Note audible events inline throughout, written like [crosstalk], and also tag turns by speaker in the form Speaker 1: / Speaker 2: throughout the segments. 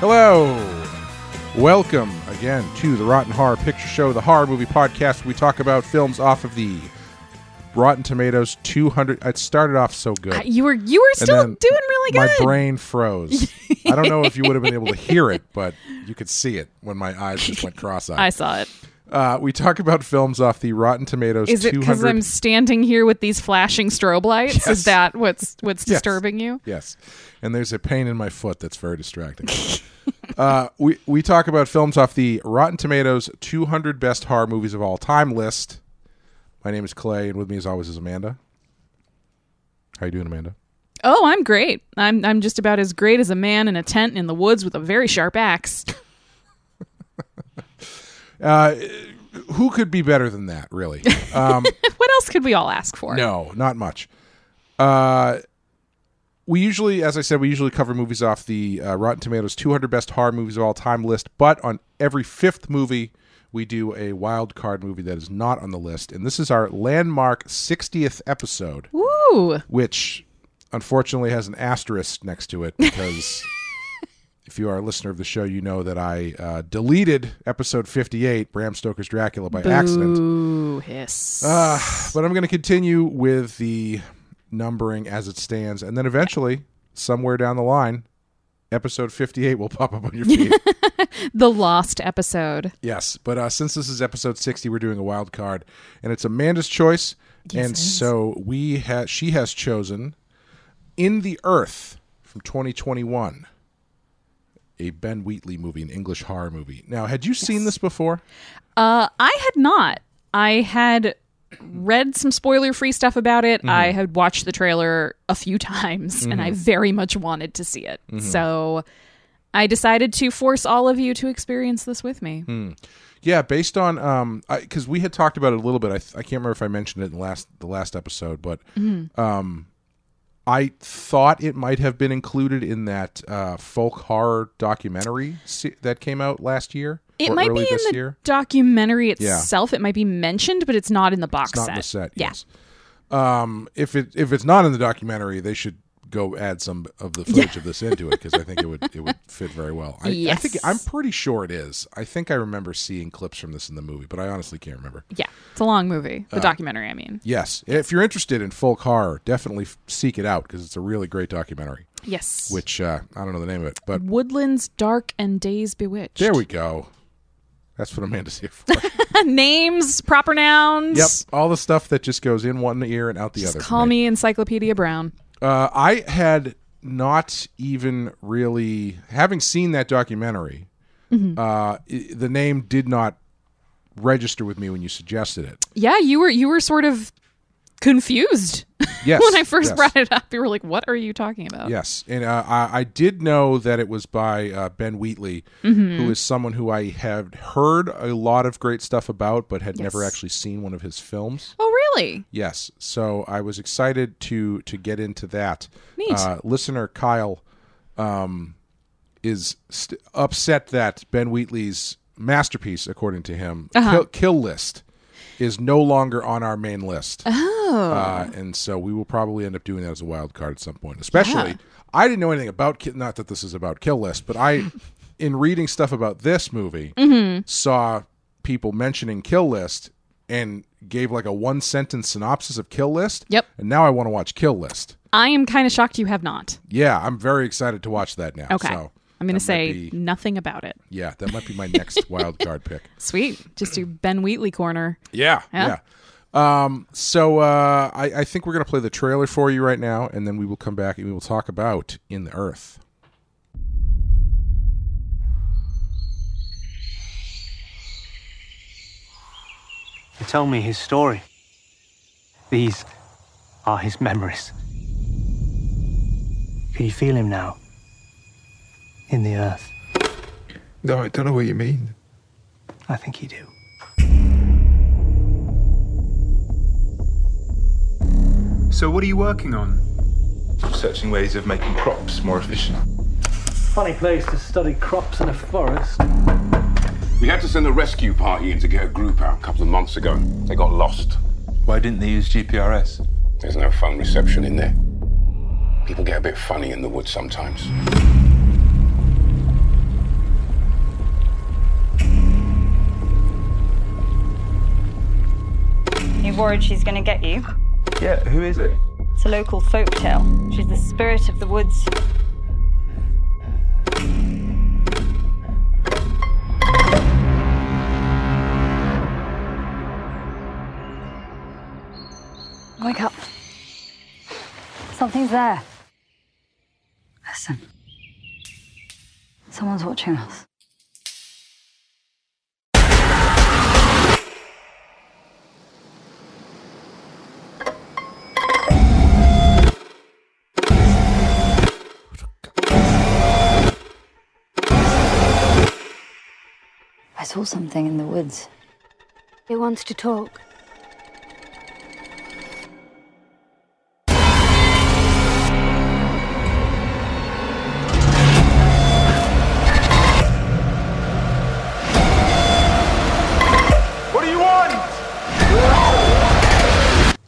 Speaker 1: Hello. Welcome again to the Rotten Horror Picture Show, the horror movie podcast. Where we talk about films off of the Rotten Tomatoes 200. It started off so good.
Speaker 2: Uh, You were you were still doing really
Speaker 1: My
Speaker 2: good.
Speaker 1: brain
Speaker 2: [laughs]
Speaker 1: froze. I don't know if you would have been able to hear it, but you could see it when my eyes just went cross-eyed.
Speaker 2: [laughs] I saw it.
Speaker 1: Uh, we talk about films off the Rotten Tomatoes
Speaker 2: Is it
Speaker 1: 200.
Speaker 2: because I'm standing here with these flashing strobe lights?
Speaker 1: Yes.
Speaker 2: Is that what's
Speaker 1: [laughs]
Speaker 2: what's
Speaker 1: Yes.
Speaker 2: disturbing you?
Speaker 1: Yes, and there's a pain in my foot that's very distracting. [laughs] uh, we we talk about films off the Rotten Tomatoes 200 best horror movies of all time list. My name is Clay, and with me, as always, is Amanda. How you doing, Amanda?
Speaker 2: Oh, I'm great. I'm I'm just about as great as a man in a tent in the woods with a very sharp axe. [laughs]
Speaker 1: Who could be better than that, really?
Speaker 2: what else could we all ask for?
Speaker 1: No, not much. Uh, we usually, as I said, we usually cover movies off the uh, Rotten Tomatoes 200 best horror movies of all time list. But on every fifth movie, we do a wild card movie that is not on the list, and this is our landmark 60th episode,
Speaker 2: Ooh.
Speaker 1: which unfortunately has an asterisk next to it because. If you are a listener of the show, you know that I uh, deleted episode 58, Bram Stoker's Dracula, by accident.
Speaker 2: Ooh, hiss.
Speaker 1: Uh, but I'm going to continue with the numbering as it stands, and then eventually, somewhere down the line, episode 58 will pop up on your feed.
Speaker 2: the lost episode.
Speaker 1: yes, but uh, since this is episode 60, we're doing a wild card, and it's Amanda's choice, and so we ha- she has chosen In the Earth from 2021. A Ben Wheatley movie, an English horror movie. Now, had you seen this before?
Speaker 2: Uh, I had not. I had read some spoiler free stuff about it.
Speaker 1: Mm-hmm.
Speaker 2: I had watched the trailer a few [laughs] times and I very much wanted to see it.
Speaker 1: Mm-hmm.
Speaker 2: So I decided to force all of you to experience this with me.
Speaker 1: Hmm. Yeah, based on um, because we had talked about it a little bit. I, th- I can't remember if I mentioned it in the last the last episode, but um,
Speaker 2: Mm-hmm.
Speaker 1: I thought it might have been included in that uh, folk horror documentary se- that came out last year.
Speaker 2: It
Speaker 1: or
Speaker 2: might
Speaker 1: early
Speaker 2: be in
Speaker 1: this
Speaker 2: the
Speaker 1: year.
Speaker 2: documentary
Speaker 1: Yeah.
Speaker 2: itself. It might be mentioned, but it's not in the box
Speaker 1: It's not
Speaker 2: set.
Speaker 1: in the set.
Speaker 2: Yeah.
Speaker 1: Yes. Um, if it if it's not in the documentary, they should go add some of the footage of this into it because I think it would it would fit very well. I, I think
Speaker 2: Yes.
Speaker 1: I'm pretty sure it is. I think I remember seeing clips from this in the movie, but I honestly can't remember.
Speaker 2: Yeah. It's a long movie.
Speaker 1: Oh.
Speaker 2: The documentary, I mean.
Speaker 1: Yes, if you're interested in folk horror, definitely f- seek it out because it's a really great documentary.
Speaker 2: Yes.
Speaker 1: Which uh, I don't know the name of it, but
Speaker 2: Woodlands Dark and Days Bewitched.
Speaker 1: there we go. That's what Amanda's here for.
Speaker 2: [laughs] Names, proper nouns.
Speaker 1: yep, all the stuff that just goes in one ear and out the
Speaker 2: Just
Speaker 1: other. for
Speaker 2: call me Encyclopedia Brown.
Speaker 1: Uh, I had not even really having seen that documentary.
Speaker 2: Mm-hmm.
Speaker 1: Uh, i the name did not register with me when you suggested it.
Speaker 2: Yeah, you were you were sort of confused [laughs]
Speaker 1: Yes,
Speaker 2: when I first
Speaker 1: yes.
Speaker 2: brought it up. You were like, "What are you talking about?"
Speaker 1: Yes, and uh, I, I did know that it was by uh, Ben Wheatley,
Speaker 2: Mm-hmm.
Speaker 1: who is someone who I have heard a lot of great stuff about, but had never
Speaker 2: Yes.
Speaker 1: actually seen one of his films.
Speaker 2: Oh, really?
Speaker 1: Yes, so I was excited to to get into that.
Speaker 2: Neat.
Speaker 1: Uh, listener Kyle um, is st- upset that Ben Wheatley's masterpiece, according to him,
Speaker 2: Uh-huh.
Speaker 1: Kill, Kill List, is no longer on our main list.
Speaker 2: Oh,
Speaker 1: Uh, and so we will probably end up doing that as a wild card at some point. Especially, I didn't know anything about Ki- not that this is about Kill List, but
Speaker 2: [laughs]
Speaker 1: I, in reading stuff about this movie,
Speaker 2: Mm-hmm.
Speaker 1: saw people mentioning Kill List and gave like a one sentence synopsis of Kill List.
Speaker 2: Yep.
Speaker 1: And now I want to watch Kill List.
Speaker 2: I am kind of shocked you have not.
Speaker 1: Yeah, I'm very excited to watch that now.
Speaker 2: Okay,
Speaker 1: So that
Speaker 2: I'm going to
Speaker 1: might
Speaker 2: say
Speaker 1: be-
Speaker 2: nothing about it.
Speaker 1: yeah, that might be my
Speaker 2: [laughs]
Speaker 1: next wild card pick.
Speaker 2: Sweet, just do Ben Wheatley corner.
Speaker 1: Yeah, yeah.
Speaker 2: Yeah.
Speaker 1: Um, so uh, I, I think we're gonna play the trailer for you right now, and then we will come back and we will talk about In the Earth.
Speaker 3: He told me his story. These are his memories. Can you feel him now? In the earth.
Speaker 4: No, I don't know what you mean.
Speaker 3: I think you do.
Speaker 5: So, what are you working on?
Speaker 6: searching ways of making crops more efficient.
Speaker 3: Funny place to study crops in a forest.
Speaker 7: We had to send a rescue party in to get a group out a couple of months ago. They got lost.
Speaker 6: Why didn't they use GPRS?
Speaker 7: There's no phone reception in there. People get a bit funny in the woods sometimes.
Speaker 8: worried she's going to get you.
Speaker 6: Yeah, who is it?
Speaker 8: It's a local folktale. She's the spirit of the woods. Wake up. Something's there. Listen. Someone's watching us. I saw something in the woods.
Speaker 9: It wants to talk.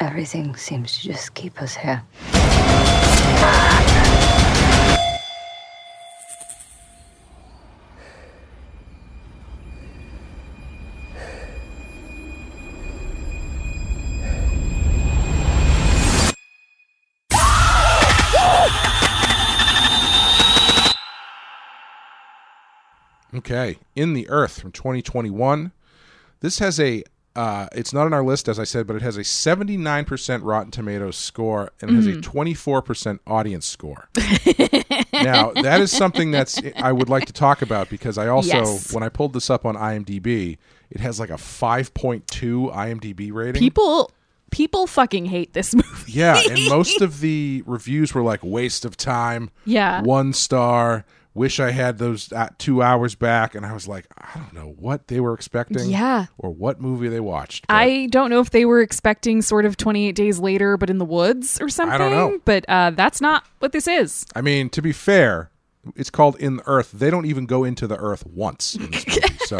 Speaker 8: Everything seems to just keep us here.
Speaker 1: Okay, In the Earth from 2021. This has a uh, it's not on our list as I said, but it has a 79% Rotten Tomatoes score and has a
Speaker 2: Mm-hmm.
Speaker 1: 24% audience
Speaker 2: [laughs]
Speaker 1: score. now, that is something that's eh, I would like to talk about because I also
Speaker 2: Yes.
Speaker 1: when I pulled this up on IMDb, it has like a 5.2 IMDb rating.
Speaker 2: People people fucking hate this [laughs] movie.
Speaker 1: Yeah, and most of the reviews were like waste of time.
Speaker 2: Yeah.
Speaker 1: one star. Wish I had those uh, two hours back. And I was like, I don't know what they were expecting.
Speaker 2: Yeah.
Speaker 1: or what movie they watched. but
Speaker 2: I don't know if they were expecting sort of 28 days later, but in the woods or something.
Speaker 1: know.
Speaker 2: But uh, that's not what this is.
Speaker 1: I mean, to be fair, it's called In the Earth. They don't even go into the Earth once in this movie.
Speaker 2: [laughs]
Speaker 1: So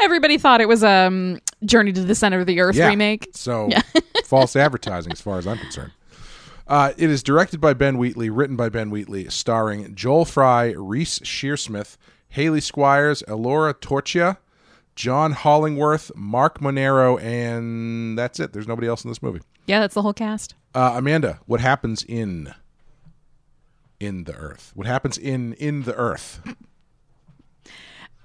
Speaker 2: Everybody thought it was um Journey to the Center of the Earth
Speaker 1: yeah.
Speaker 2: remake.
Speaker 1: So
Speaker 2: [laughs]
Speaker 1: false advertising, as far as I'm concerned. Uh, it is directed by Ben Wheatley, written by Ben Wheatley, starring Joel Fry, Reese Shearsmith, Haley Squires, Elora Torchia, John Hollingworth, Mark Monero, and that's it. There's nobody else in this movie.
Speaker 2: Yeah, that's the whole cast.
Speaker 1: Uh, Amanda, what happens in in the Earth? What happens in in the Earth?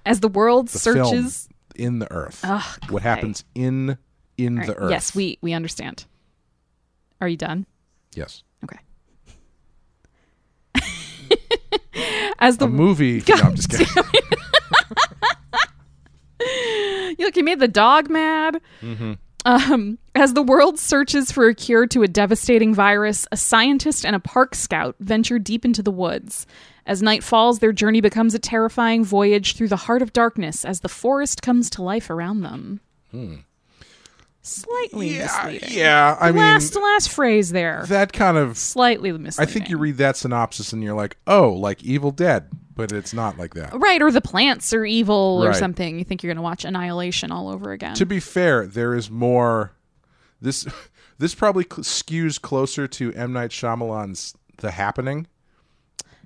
Speaker 2: As the world
Speaker 1: The film,
Speaker 2: searches.
Speaker 1: in the Earth. what happens in in the
Speaker 2: All right.
Speaker 1: Earth?
Speaker 2: Yes, we we understand. Are you done?
Speaker 1: yes.
Speaker 2: Okay. [laughs] As the
Speaker 1: A movie. [laughs] no, I'm
Speaker 2: [laughs]
Speaker 1: just kidding.
Speaker 2: look, you made the dog mad.
Speaker 1: Mm-hmm.
Speaker 2: Um, as the world searches for a cure to a devastating virus, a scientist and a park scout venture deep into the woods. As night falls, their journey becomes a terrifying voyage through the heart of darkness as the forest comes to life around them. Slightly
Speaker 1: Hmm. Yeah,
Speaker 2: misleading.
Speaker 1: Uh, yeah. I mean,
Speaker 2: last last phrase there.
Speaker 1: that kind of.
Speaker 2: slightly
Speaker 1: I
Speaker 2: misleading.
Speaker 1: think you read that synopsis and you're like, oh, like Evil Dead, but it's not like that.
Speaker 2: right, or the plants are evil or
Speaker 1: Right.
Speaker 2: something. You think you're going to watch Annihilation all over again?
Speaker 1: To be fair, there is more. This this probably cl- skews closer to M Night Shyamalan's The Happening,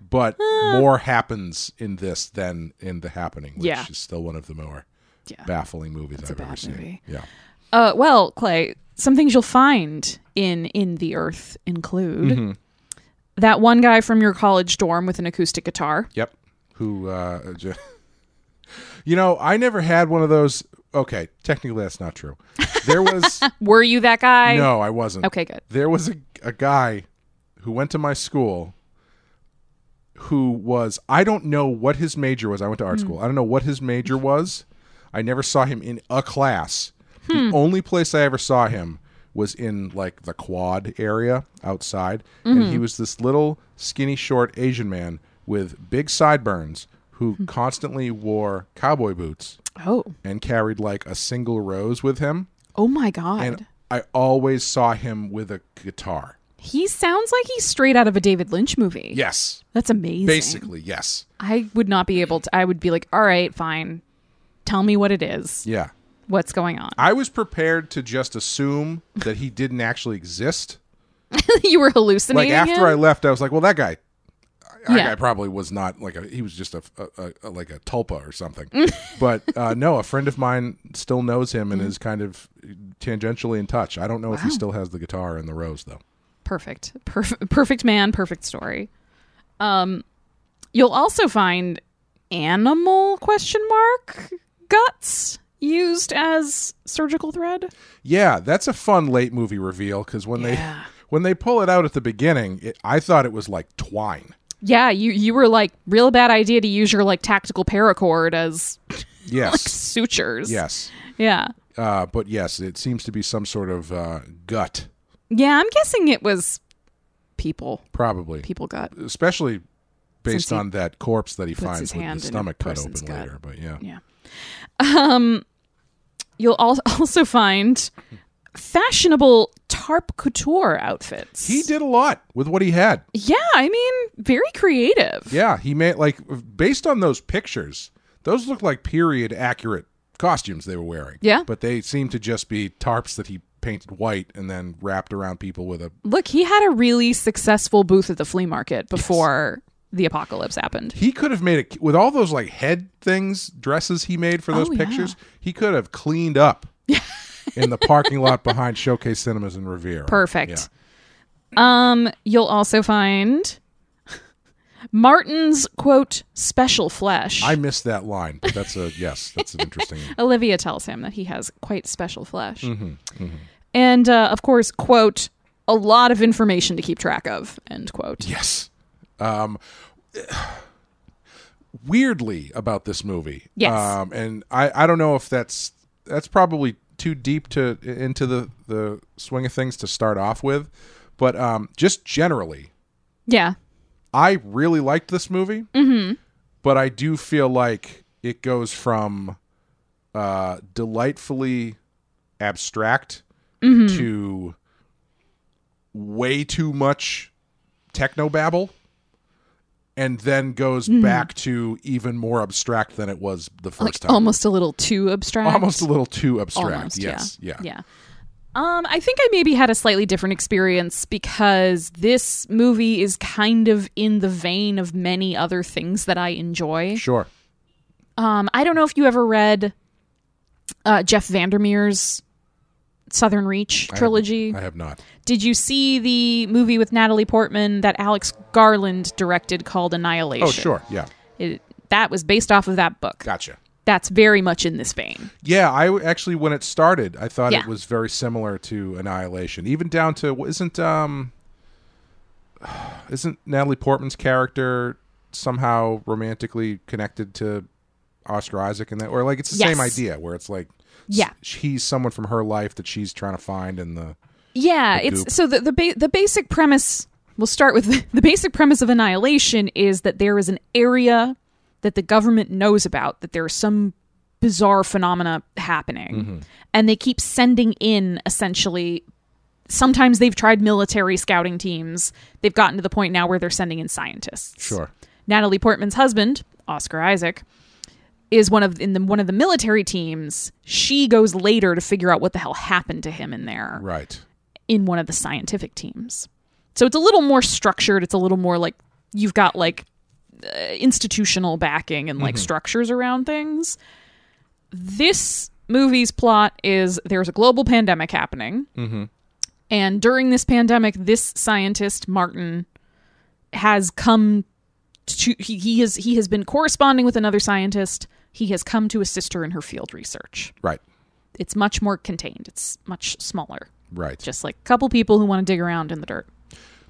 Speaker 1: but
Speaker 2: Uh.
Speaker 1: more happens in this than in The Happening, which
Speaker 2: Yeah.
Speaker 1: is still one of the more
Speaker 2: Yeah.
Speaker 1: baffling movies I've
Speaker 2: a
Speaker 1: ever
Speaker 2: bad
Speaker 1: seen.
Speaker 2: movie.
Speaker 1: Yeah.
Speaker 2: Uh, well, Clay, some things you'll find in in the earth include
Speaker 1: Mm-hmm.
Speaker 2: that one guy from your college dorm with an acoustic guitar.
Speaker 1: Yep. Who, uh, [laughs] ju- you know, I never had one of those. Okay, technically that's not true. There was
Speaker 2: Were you that guy?
Speaker 1: no, I wasn't.
Speaker 2: Okay, good.
Speaker 1: There was a, a guy who went to my school who was I don't know what his major was. I went to art school. I don't know what his major was. I never saw him in a class. The only place I ever saw him was in like the quad area outside and he was this little skinny short Asian man with big sideburns who constantly wore cowboy boots
Speaker 2: Oh,
Speaker 1: and carried like a single rose with him
Speaker 2: oh my God.
Speaker 1: and I always saw him with a guitar.
Speaker 2: he sounds like he's straight out of a David Lynch movie.
Speaker 1: Yes.
Speaker 2: That's amazing.
Speaker 1: Basically, yes.
Speaker 2: I would not be able to. I would be like, all right, fine. Tell me what it is.
Speaker 1: Yeah.
Speaker 2: What's going on? [laughs]
Speaker 1: I was prepared to just assume that he
Speaker 2: [laughs]
Speaker 1: didn't actually exist.
Speaker 2: you were
Speaker 1: Like
Speaker 2: hallucinating.
Speaker 1: after
Speaker 2: him?
Speaker 1: I left, I was like, "Well, that guy, that
Speaker 2: Yeah.
Speaker 1: guy probably was not like a he was just a, a, a like a tulpa or
Speaker 2: [laughs]
Speaker 1: something but uh no a friend of mine still knows him
Speaker 2: Mm-hmm.
Speaker 1: and is kind of tangentially in touch i don't know if he still has the guitar and the rose though
Speaker 2: perfect perfect perfect man perfect story um you'll also find animal question mark guts used as surgical thread
Speaker 1: yeah that's a fun late movie reveal because when
Speaker 2: Yeah.
Speaker 1: they when they pull it out at the beginning it, i thought it was like
Speaker 2: [laughs]
Speaker 1: twine
Speaker 2: yeah you you were like real bad idea to use your like tactical paracord as
Speaker 1: yes
Speaker 2: sutures
Speaker 1: yes
Speaker 2: yeah
Speaker 1: uh but yes it seems to be some sort of uh gut
Speaker 2: yeah i'm guessing it was people
Speaker 1: probably
Speaker 2: people gut
Speaker 1: especially based
Speaker 2: Since he
Speaker 1: on that corpse that he
Speaker 2: his
Speaker 1: finds with
Speaker 2: hand in a
Speaker 1: the stomach cut open
Speaker 2: person's gut.
Speaker 1: later but yeah
Speaker 2: Yeah. you'll al- [laughs] also find fashionable tarp couture outfits
Speaker 1: He did a lot with what he
Speaker 2: [laughs]
Speaker 1: had.
Speaker 2: yeah i mean very creative
Speaker 1: Yeah, he made like based on those pictures, those look like period accurate costumes they were wearing.
Speaker 2: Yeah.
Speaker 1: But they seem to just be tarps that he painted white and then wrapped around people with a
Speaker 2: Look, he had a really successful booth at the flea market before the apocalypse happened.
Speaker 1: he could have made it with all those like head things, dresses he made for those
Speaker 2: Oh, yeah.
Speaker 1: pictures, he could have cleaned
Speaker 2: [laughs]
Speaker 1: up in the parking lot behind Showcase Cinemas in Revere.
Speaker 2: Perfect. Um, you'll also find [laughs] Martin's quote special flesh.
Speaker 1: I missed that line, but that's a yes, that's an interesting [laughs]
Speaker 2: Olivia tells him that he has quite special flesh.
Speaker 1: Mm-hmm,
Speaker 2: And uh, of course, quote, a lot of information to keep track of, end quote.
Speaker 1: Yes. Um, [sighs] weirdly about this movie.
Speaker 2: Yes.
Speaker 1: Um, and I, I don't know if that's that's probably too deep to into the the swing of things to start off with, but um, just generally,
Speaker 2: Yeah.
Speaker 1: I really liked this movie. Mm-hmm. But I do feel like it goes from uh, delightfully abstract
Speaker 2: Mm-hmm.
Speaker 1: to way too much techno babble and then goes back to even more abstract than it was the first
Speaker 2: Mm-hmm. Like
Speaker 1: time.
Speaker 2: almost a little too abstract.
Speaker 1: Almost a little too abstract.
Speaker 2: Almost,
Speaker 1: yes. Yeah.
Speaker 2: Yeah. Um, I think I maybe had a slightly different experience because this movie is kind of in the vein of many other things that I enjoy.
Speaker 1: Sure.
Speaker 2: Um, I don't know if you ever read uh, Jeff Vandermeer's Southern Reach trilogy.
Speaker 1: I have not.
Speaker 2: Did you see the movie with Natalie Portman that Alex Garland directed called Annihilation?
Speaker 1: Oh, sure. Yeah.
Speaker 2: It, that was based off of that book.
Speaker 1: Gotcha.
Speaker 2: That's very much in this vein.
Speaker 1: Yeah, I w- actually when it started, I thought
Speaker 2: Yeah.
Speaker 1: it was very similar to Annihilation, even down to isn't um [sighs] isn't Natalie Portman's character somehow romantically connected to Oscar Isaac in that, or like it's the
Speaker 2: Yes.
Speaker 1: same idea where it's like s-
Speaker 2: Yeah.
Speaker 1: he's someone from her life that she's trying to find, and the
Speaker 2: Yeah,
Speaker 1: the goop.
Speaker 2: it's so the the, ba- the basic premise. We'll start with [laughs] the, basic premise of annihilation is that there is an area that the government knows about that there are some bizarre phenomena happening,
Speaker 1: Mm-hmm.
Speaker 2: and they keep sending in essentially. Sometimes they've tried military scouting teams. They've gotten to the point now where they're sending in scientists.
Speaker 1: sure
Speaker 2: Natalie Portman's husband, Oscar Isaac, is one of in the one of the military teams. She goes later to figure out what the hell happened to him in there
Speaker 1: right
Speaker 2: in one of the scientific teams. So it's a little more structured. It's a little more like you've got like uh, institutional backing and like structures around things. This movie's plot is there's a global pandemic happening. And during this pandemic, this scientist, Martin, has come to, he, he, has, he has been corresponding with another scientist. He has come to assist her in her field research.
Speaker 1: right
Speaker 2: It's much more contained, it's much smaller
Speaker 1: right
Speaker 2: just like a couple people who want to dig around in the dirt.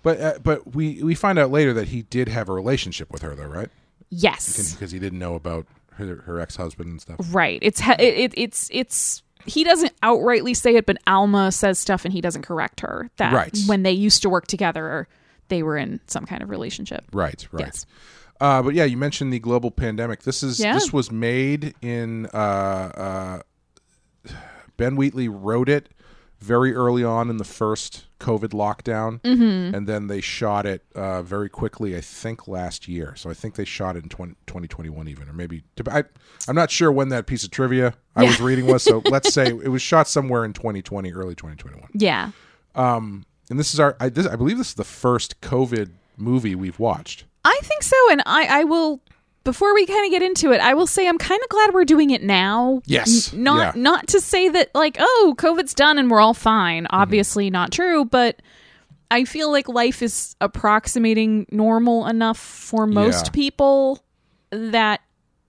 Speaker 1: but uh, but we we find out later that he did have a relationship with her though right
Speaker 2: Yes,
Speaker 1: because he didn't know about her, her ex husband and stuff
Speaker 2: right. It's he- it, it, it's it's he doesn't outrightly say it, but Alma says stuff and he doesn't correct her. That
Speaker 1: Right.
Speaker 2: when they used to work together, they were in some kind of relationship.
Speaker 1: right right
Speaker 2: Yes.
Speaker 1: Uh, but yeah, you mentioned the global pandemic. This is
Speaker 2: Yeah.
Speaker 1: this was made in uh, uh, Ben Wheatley wrote it very early on in the first COVID lockdown, mm-hmm. and then they shot it uh, very quickly. I think last year, so I think they shot it in 20, 2021 even, or maybe I, I'm not sure when that piece of trivia I was reading was.
Speaker 2: [laughs]
Speaker 1: So let's say it was shot somewhere in 2020, early 2021.
Speaker 2: Yeah.
Speaker 1: And this is our I, this, I believe this is the first COVID movie we've watched.
Speaker 2: I think so, and I, I will. Before we kind of get into it, I will say I'm kind of glad we're doing it now.
Speaker 1: Yes.
Speaker 2: N- not
Speaker 1: Yeah.
Speaker 2: not to say that like oh COVID's done and we're all fine.
Speaker 1: Mm-hmm.
Speaker 2: Obviously not true, but I feel like life is approximating normal enough for most
Speaker 1: Yeah.
Speaker 2: people that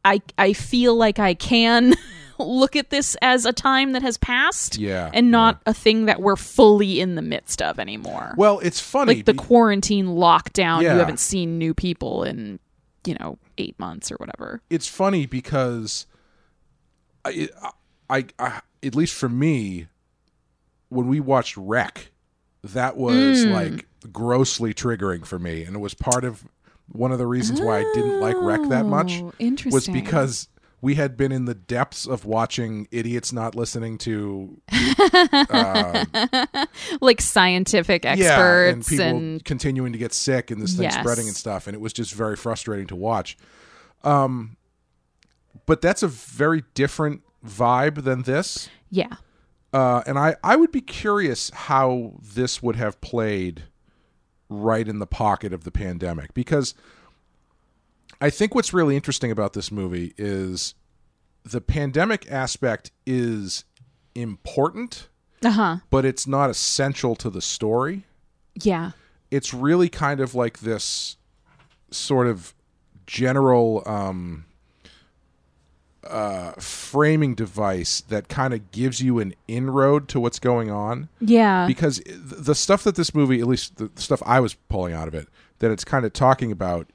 Speaker 2: I I feel like I can [laughs] look at this as a time that has passed.
Speaker 1: Yeah,
Speaker 2: And not a thing that we're fully in the midst of anymore
Speaker 1: Well, it's funny.
Speaker 2: like the quarantine lockdown
Speaker 1: Yeah.
Speaker 2: you haven't seen new people in you know eight months or whatever
Speaker 1: it's funny because I, I, I, at least for me, when we watched Wreck, that was
Speaker 2: Hmm.
Speaker 1: like grossly triggering for me, and it was part of one of the reasons why I didn't like Wreck that much.
Speaker 2: Oh,
Speaker 1: was
Speaker 2: interesting.
Speaker 1: because we had been in the depths of watching idiots not listening to
Speaker 2: [laughs] like scientific
Speaker 1: yeah, and
Speaker 2: experts
Speaker 1: people
Speaker 2: and,
Speaker 1: continuing to get sick and this thing
Speaker 2: Yes.
Speaker 1: spreading and stuff, and it was just very frustrating to watch. Um, but that's a very different vibe than this.
Speaker 2: yeah
Speaker 1: Uh, and I, I would be curious how this would have played right in the pocket of the pandemic because I think what's really interesting about this movie is the pandemic aspect is important,
Speaker 2: uh-huh
Speaker 1: but it's not essential to the story.
Speaker 2: yeah
Speaker 1: It's really kind of like this sort of general um, uh, framing device that kind of gives you an inroad to what's going on
Speaker 2: yeah
Speaker 1: because th- the stuff that this movie, at least the stuff I was pulling out of it, that it's kind of talking about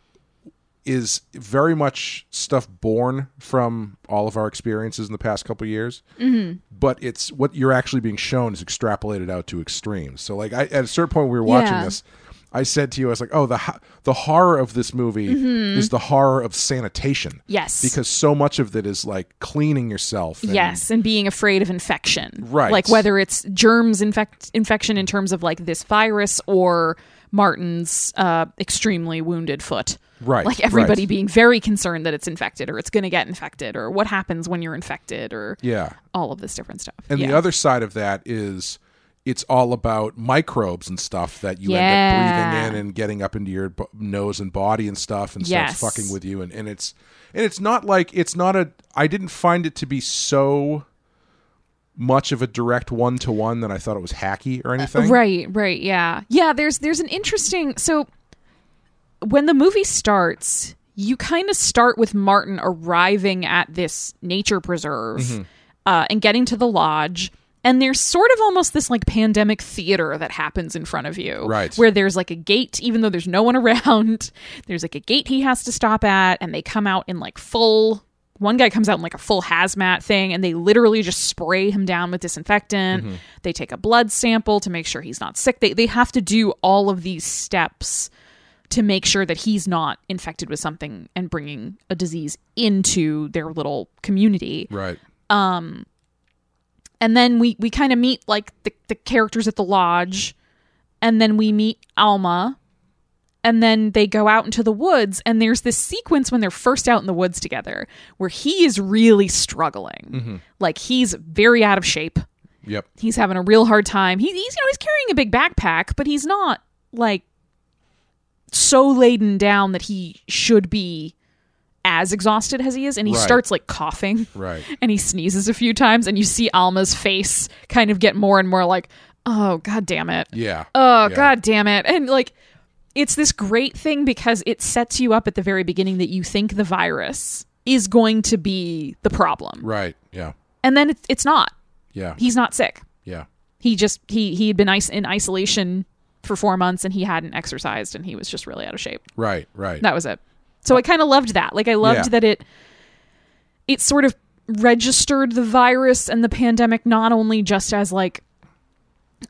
Speaker 1: is very much stuff born from all of our experiences in the past couple years. Mm-hmm. But it's what you're actually being shown is extrapolated out to extremes. So, like, I, at a certain point, we were watching
Speaker 2: Yeah.
Speaker 1: this. I said to you, I was like, "Oh, the ho- the horror of this movie is the horror of sanitation."
Speaker 2: Mm-hmm. Yes.
Speaker 1: because so much of it is like cleaning yourself. and-
Speaker 2: yes and being afraid of infection
Speaker 1: Right.
Speaker 2: like whether it's germs infect infection in terms of like this virus or martin's uh extremely wounded foot
Speaker 1: Right,
Speaker 2: like
Speaker 1: right.
Speaker 2: everybody being very concerned that it's infected or it's going to get infected or what happens when you're infected or
Speaker 1: yeah.
Speaker 2: all of this different stuff
Speaker 1: And
Speaker 2: Yeah.
Speaker 1: the other side of that is it's all about microbes and stuff that you end up
Speaker 2: Yeah.
Speaker 1: breathing in and getting up into your b- nose and body and stuff and
Speaker 2: Yes.
Speaker 1: starts fucking with you and, and it's and it's not like it's not a I didn't find it to be so much of a direct one to one that I thought it was hacky or anything.
Speaker 2: Right, right, yeah. Yeah, there's there's an interesting so when the movie starts, you kind of start with Martin arriving at this nature preserve uh, and getting to the lodge. And there's sort of almost this like pandemic theater that happens in front of you.
Speaker 1: Right.
Speaker 2: Where there's like a gate, even though there's no one [laughs] around, there's like a gate he has to stop at, and they come out in like full one guy comes out in like a full hazmat thing and they literally just spray him down with disinfectant. They take a blood sample to make sure he's not sick. They they have to do all of these steps to make sure that he's not infected with something and bringing a disease into their little community.
Speaker 1: Right.
Speaker 2: And then we we kind of meet like the, the characters at the lodge and then we meet Alma and then they go out into the woods and there's this sequence when they're first out in the woods together where he is really struggling. Like he's very out of shape.
Speaker 1: Yep.
Speaker 2: He's having a real hard time. He, he's you know he's carrying a big backpack, but he's not like so laden down that he should be as exhausted as he is and he
Speaker 1: Right.
Speaker 2: starts like coughing [laughs]
Speaker 1: Right.
Speaker 2: and he sneezes a few times and you see Alma's face kind of get more and more like oh god damn it
Speaker 1: Yeah.
Speaker 2: oh
Speaker 1: Yeah.
Speaker 2: god damn it and like it's this great thing because it sets you up at the very beginning that you think the virus is going to be the problem
Speaker 1: Right. Yeah.
Speaker 2: and then it, it's not
Speaker 1: Yeah.
Speaker 2: he's not sick
Speaker 1: yeah.
Speaker 2: he just he he had been ice in isolation for four months and he hadn't exercised and he was just really out of shape
Speaker 1: Right. Right.
Speaker 2: that was it so i kind of loved that like i loved
Speaker 1: Yeah.
Speaker 2: that it it sort of registered the virus and the pandemic not only just as like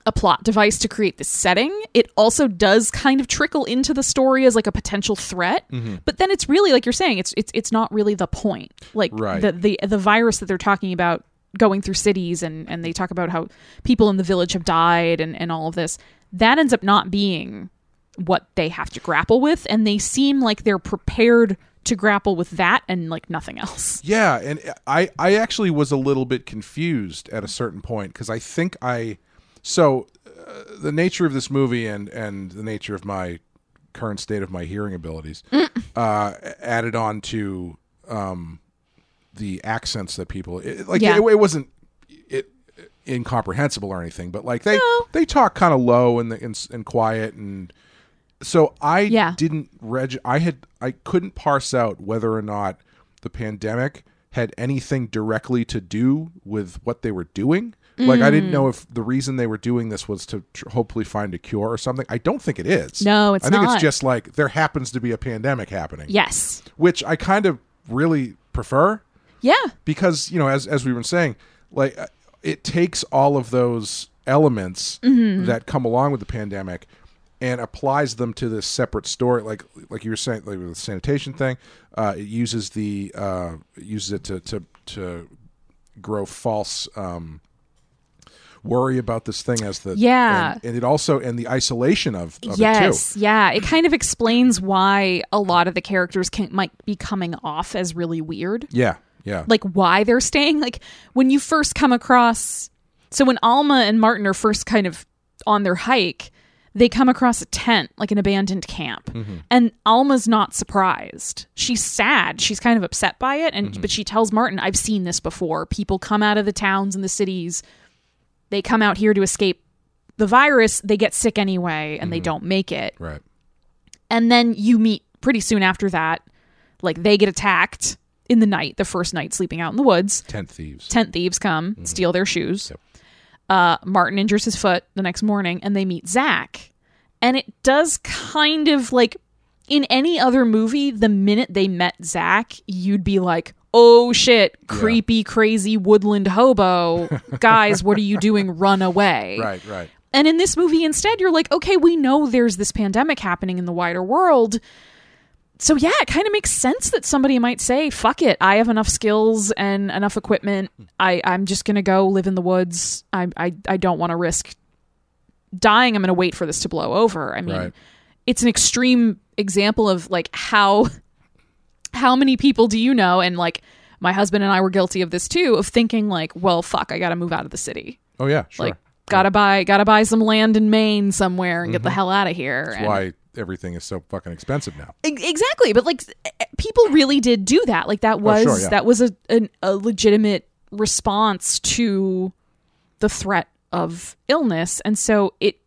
Speaker 2: a plot device to create the setting it also does kind of trickle into the story as like a potential threat but then it's really like you're saying it's it's it's not really the point like
Speaker 1: Right.
Speaker 2: the the the virus that they're talking about going through cities and and they talk about how people in the village have died and and all of this that ends up not being what they have to grapple with and they seem like they're prepared to grapple with that and like nothing else
Speaker 1: Yeah, and I I actually was a little bit confused at a certain point because I think I so uh, the nature of this movie and and the nature of my current state of my hearing abilities,
Speaker 2: Mm.
Speaker 1: uh, added on to um, the accents that people it, like.
Speaker 2: Yeah.
Speaker 1: It, it wasn't it incomprehensible or anything, but like they
Speaker 2: No.
Speaker 1: they talk kind of low and, and and quiet and so I
Speaker 2: Yeah.
Speaker 1: didn't reg. I had I couldn't parse out whether or not the pandemic had anything directly to do with what they were doing. Like I didn't
Speaker 2: Mm.
Speaker 1: know if the reason they were doing this was to tr- hopefully find a cure or something. I don't think it is.
Speaker 2: No, it's
Speaker 1: I think
Speaker 2: not.
Speaker 1: it's just like there happens to be a pandemic happening,
Speaker 2: Yes.
Speaker 1: which I kind of really prefer
Speaker 2: Yeah.
Speaker 1: because you know as as we were saying like uh, it takes all of those elements
Speaker 2: Mm-hmm.
Speaker 1: that come along with the pandemic and applies them to this separate story like like you were saying like with the sanitation thing uh it uses the uh it uses it to to to grow false um worry about this thing as the
Speaker 2: Yeah.
Speaker 1: and, and it also and the isolation of, of
Speaker 2: Yes.
Speaker 1: it
Speaker 2: Yeah. It kind of explains why a lot of the characters can, might be coming off as really weird.
Speaker 1: too yeah yeah
Speaker 2: like why they're staying. Like when you first come across, so when Alma and Martin are first kind of on their hike, they come across a tent, like an abandoned camp, and Alma's not surprised. She's sad. She's kind of upset by it, and but she tells Martin, "I've seen this before. People come out of the towns and the cities. They come out here to escape." The virus, they get sick anyway and they don't make it
Speaker 1: right
Speaker 2: and then you meet pretty soon after that like they get attacked in the night the first night sleeping out in the woods
Speaker 1: tent thieves
Speaker 2: tent thieves come steal their shoes uh, martin injures his foot the next morning and they meet zach and it does kind of like in any other movie the minute they met zach you'd be like oh shit creepy crazy woodland hobo guys what are you doing run away
Speaker 1: [laughs] right right
Speaker 2: and in this movie, instead, you're like, okay, we know there's this pandemic happening in the wider world. So, yeah, it kind of makes sense that somebody might say, fuck it. I have enough skills and enough equipment. I, I'm just going to go live in the woods. I, I, I don't want to risk dying. I'm going to wait for this to blow over. I mean,
Speaker 1: Right.
Speaker 2: it's an extreme example of like how how many people do you know and like my husband and I were guilty of this too of thinking like well fuck I got to move out of the city
Speaker 1: oh yeah sure
Speaker 2: like gotta buy gotta buy some land in Maine somewhere and get the hell out of here.
Speaker 1: Mm-hmm. that's
Speaker 2: And-
Speaker 1: why everything is so fucking expensive now
Speaker 2: Ex- Exactly, but like e- e- people really did do that. Like that was
Speaker 1: Oh, sure, yeah.
Speaker 2: that was a an, a legitimate response to the threat of illness, and so it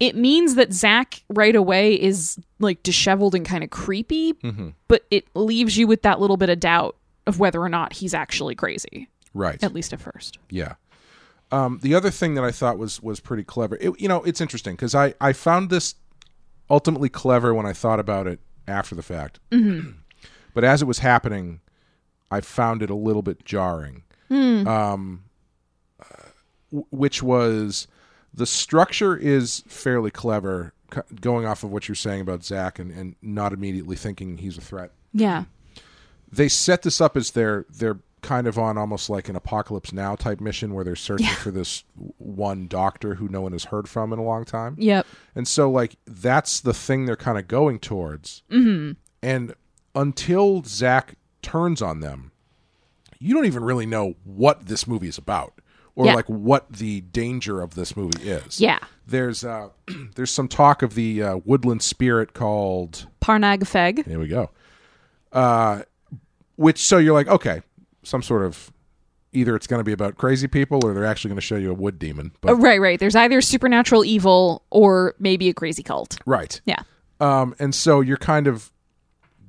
Speaker 2: it means that Zach right away is like disheveled and kind of creepy,
Speaker 1: Mm-hmm.
Speaker 2: but it leaves you with that little bit of doubt of whether or not he's actually crazy,
Speaker 1: right
Speaker 2: at least at first.
Speaker 1: Yeah. Um, the other thing that I thought was was pretty clever. It, you know, it's interesting because I I found this ultimately clever when I thought about it after the fact. [clears throat] but as it was happening, I found it a little bit jarring. Um, uh, w- which was the structure is fairly clever, c- going off of what you're saying about Zach and, and not immediately thinking he's a threat
Speaker 2: Yeah,
Speaker 1: they set this up as their they're kind of on almost like an apocalypse now type mission where they're searching for this w- one doctor who no one has heard from in a long time
Speaker 2: yep,
Speaker 1: and so like that's the thing they're kind of going towards mm-hmm. and until zach turns on them you don't even really know what this movie is about or
Speaker 2: Yeah.
Speaker 1: like what the danger of this movie is
Speaker 2: yeah.
Speaker 1: there's uh [clears throat] there's some talk of the uh, woodland spirit called
Speaker 2: Parnag Feg.
Speaker 1: there we go. Uh, which so you're like, okay, some sort of either it's going to be about crazy people or they're actually going to show you a wood demon. But
Speaker 2: Right, right. There's either supernatural evil or maybe a crazy cult.
Speaker 1: right,
Speaker 2: Yeah.
Speaker 1: um, and so you're kind of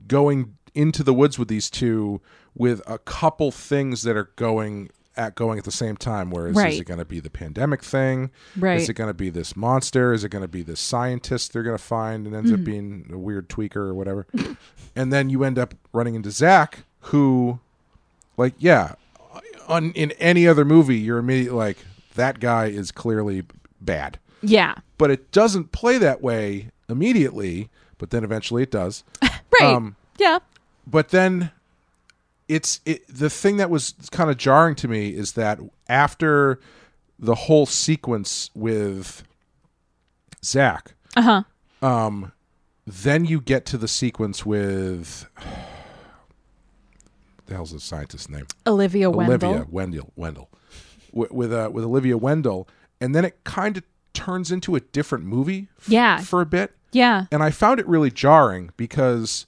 Speaker 1: going into the woods with these two with a couple things that are going at going at the same time. Whereas
Speaker 2: Right.
Speaker 1: is it going to be the pandemic thing?
Speaker 2: Right.
Speaker 1: Is it going to be this monster? Is it going to be this scientist they're going to find and ends up being a weird tweaker or whatever? [laughs] and then you end up running into Zach, who, like, yeah, on, in any other movie, you're immediately like, that guy is clearly bad
Speaker 2: Yeah.
Speaker 1: but it doesn't play that way immediately but then eventually it does
Speaker 2: Right.
Speaker 1: Um,
Speaker 2: yeah.
Speaker 1: but then it's it, the thing that was kind of jarring to me is that after the whole sequence with zach uh-huh um then you get to the sequence with [sighs] what the hell's the scientist's name
Speaker 2: Olivia Wendell.
Speaker 1: Olivia Wendell Wendell with with, uh, with Olivia Wendell, and then it kind of turns into a different movie. f-
Speaker 2: Yeah.
Speaker 1: for a bit.
Speaker 2: Yeah.
Speaker 1: and I found it really jarring because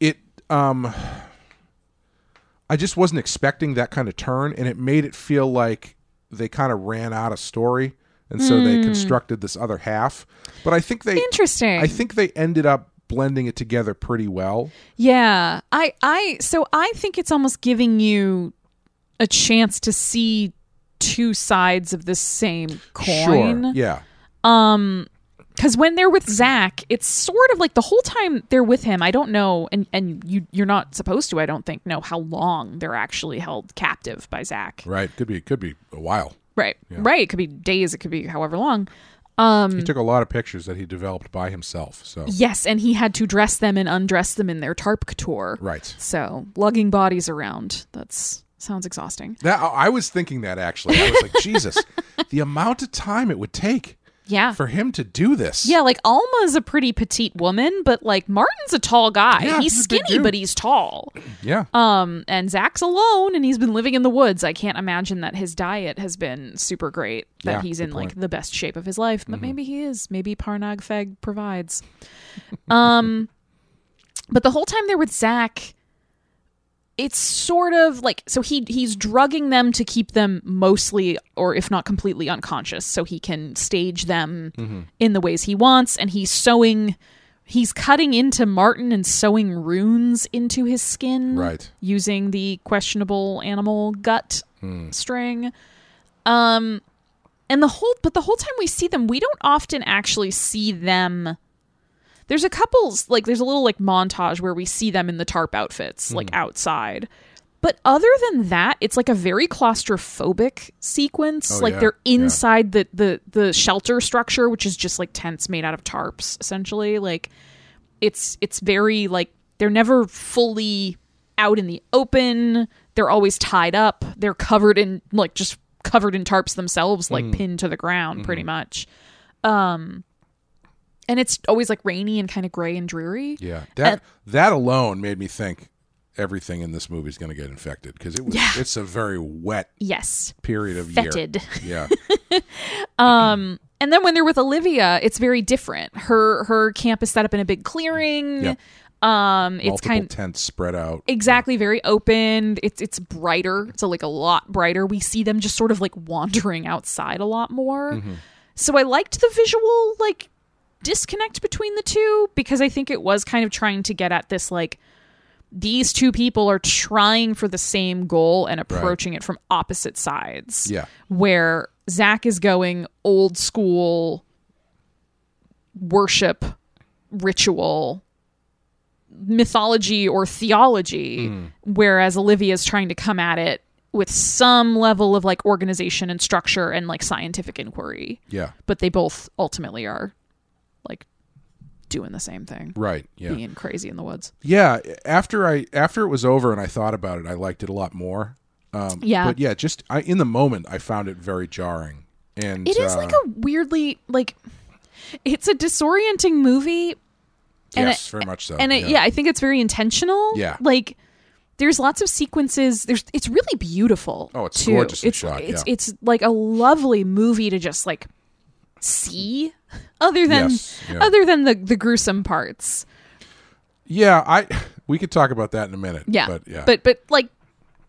Speaker 1: it um I just wasn't expecting that kind of turn and it made it feel like they kind of ran out of story and so they
Speaker 2: Hmm.
Speaker 1: constructed this other half. But I think they
Speaker 2: Interesting.
Speaker 1: I think they ended up blending it together pretty well.
Speaker 2: Yeah. I I so I think it's almost giving you a chance to see two sides of the same coin.
Speaker 1: Sure. Yeah.
Speaker 2: because when they're with Zach, it's sort of like the whole time they're with him. I don't know, and and you you're not supposed to. I don't think know how long they're actually held captive by Zach.
Speaker 1: Right. Could be could be a while.
Speaker 2: Right, right. It could be days. It could be however long.
Speaker 1: He
Speaker 2: Hmm.
Speaker 1: took a lot of pictures that he developed by himself.
Speaker 2: [laughs]
Speaker 1: So
Speaker 2: Yes, and he had to dress them and undress them in their tarp couture.
Speaker 1: Right.
Speaker 2: So lugging bodies around. That's sounds exhausting.
Speaker 1: That I I was thinking that actually. I was like, Jesus, the amount of time it would take
Speaker 2: Yeah.
Speaker 1: for him to do this.
Speaker 2: yeah, like Alma's a pretty petite woman, but like Martin's a tall guy.
Speaker 1: Yeah,
Speaker 2: he's
Speaker 1: he's a big
Speaker 2: skinny,
Speaker 1: dude.
Speaker 2: but he's tall.
Speaker 1: Yeah.
Speaker 2: Um, and Zach's alone and he's been living in the woods. I can't imagine that his diet has been super great, that
Speaker 1: Yeah,
Speaker 2: he's
Speaker 1: good
Speaker 2: in like
Speaker 1: point. Mm-hmm.
Speaker 2: the best shape of his life. But maybe he is. Maybe Parnag Feg provides. [laughs] Um but the whole time they're with Zach, it's sort of like so he he's drugging them to keep them mostly or if not completely unconscious so he can stage them
Speaker 1: Mm-hmm.
Speaker 2: in the ways he wants and he's sewing he's cutting into Martin and sewing runes into his skin
Speaker 1: Right.
Speaker 2: using the questionable animal gut string um and the whole but the whole time we see them we don't often actually see them there's a couple like there's a little like montage where we see them in the tarp outfits like
Speaker 1: Hmm.
Speaker 2: outside but other than that it's like a very claustrophobic sequence
Speaker 1: Oh,
Speaker 2: like
Speaker 1: yeah.
Speaker 2: they're
Speaker 1: Yeah.
Speaker 2: inside the the the shelter structure which is just like tents made out of tarps essentially like it's it's very like they're never fully out in the open they're always tied up they're covered in like just covered in tarps themselves
Speaker 1: Hmm.
Speaker 2: like pinned to the ground pretty
Speaker 1: Mm-hmm.
Speaker 2: much um and it's always like rainy and kind of gray and dreary
Speaker 1: Yeah, that
Speaker 2: uh,
Speaker 1: that alone made me think everything in this movie is going to get infected because it was it's a very wet
Speaker 2: [laughs] yes
Speaker 1: period of
Speaker 2: fetid [laughs]
Speaker 1: year. Yeah,
Speaker 2: and then when they're with olivia it's very different her her camp is set up in a big clearing
Speaker 1: Yeah.
Speaker 2: um it's
Speaker 1: multiple
Speaker 2: kind
Speaker 1: tents spread out.
Speaker 2: exactly very open it's it's brighter so like a lot brighter we see them just sort of like wandering outside a lot more
Speaker 1: Mm-hmm.
Speaker 2: so i liked the visual like disconnect between the two because i think it was kind of trying to get at this like these two people are trying for the same goal and approaching it from opposite sides
Speaker 1: Yeah.
Speaker 2: where zach is going old school worship ritual mythology or theology,
Speaker 1: Hmm.
Speaker 2: whereas Olivia's trying to come at it with some level of like organization and structure and like scientific inquiry.
Speaker 1: yeah,
Speaker 2: But they both ultimately are like doing the same thing,
Speaker 1: right. Yeah,
Speaker 2: being crazy in the woods.
Speaker 1: yeah. After I after it was over and I thought about it, I liked it a lot more. Um,
Speaker 2: Yeah.
Speaker 1: but yeah, just I, in the moment, I found it very jarring. And
Speaker 2: It is
Speaker 1: uh,
Speaker 2: like a weirdly like it's a disorienting movie, and
Speaker 1: yes, very much so.
Speaker 2: and it, yeah. I think it's very intentional.
Speaker 1: Yeah.
Speaker 2: like there's lots of sequences. There's it's really beautiful.
Speaker 1: Oh, it's
Speaker 2: too.
Speaker 1: gorgeously
Speaker 2: it's,
Speaker 1: shot,
Speaker 2: It's,
Speaker 1: yeah.
Speaker 2: it's like a lovely movie to just like see, [laughs] other than
Speaker 1: Yes, yeah.
Speaker 2: other than the the gruesome parts.
Speaker 1: yeah. I [laughs] we could talk about that in a minute.
Speaker 2: Yeah,
Speaker 1: but yeah,
Speaker 2: but but like.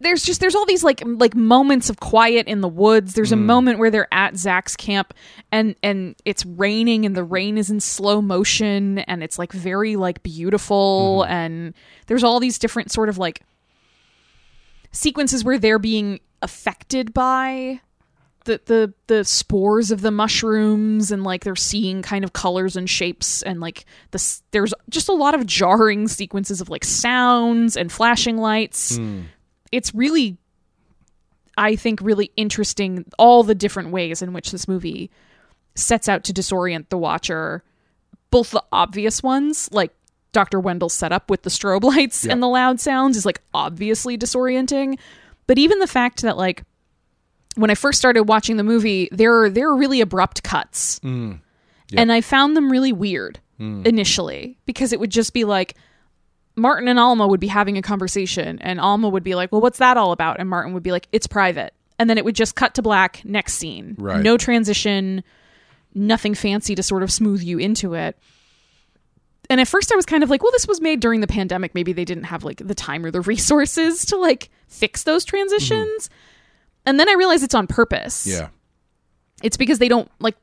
Speaker 2: There's just there's all these like m- like moments of quiet in the woods. There's
Speaker 1: Mm.
Speaker 2: a moment where they're at Zach's camp and and it's raining and the rain is in slow motion and it's like very like beautiful
Speaker 1: Mm-hmm.
Speaker 2: and there's all these different sort of like sequences where they're being affected by the the the spores of the mushrooms and like they're seeing kind of colors and shapes and like the s- there's just a lot of jarring sequences of like sounds and flashing lights. It's really I think really interesting all the different ways in which this movie sets out to disorient the watcher both the obvious ones, like Dr. Wendell's setup with the strobe [laughs] lights and the loud sounds, is like obviously disorienting. But even the fact that like when I first started watching the movie, there are there are really abrupt cuts, and I found them really weird initially because it would just be like. Martin and Alma would be having a conversation, and Alma would be like, Well, what's that all about? And Martin would be like, It's private. And then it would just cut to black, next scene.
Speaker 1: Right.
Speaker 2: No transition, nothing fancy to sort of smooth you into it. And at first I was kind of like, well, this was made during the pandemic. Maybe they didn't have like the time or the [laughs] resources to like fix those transitions. And then I realized it's on purpose.
Speaker 1: Yeah.
Speaker 2: It's because they don't like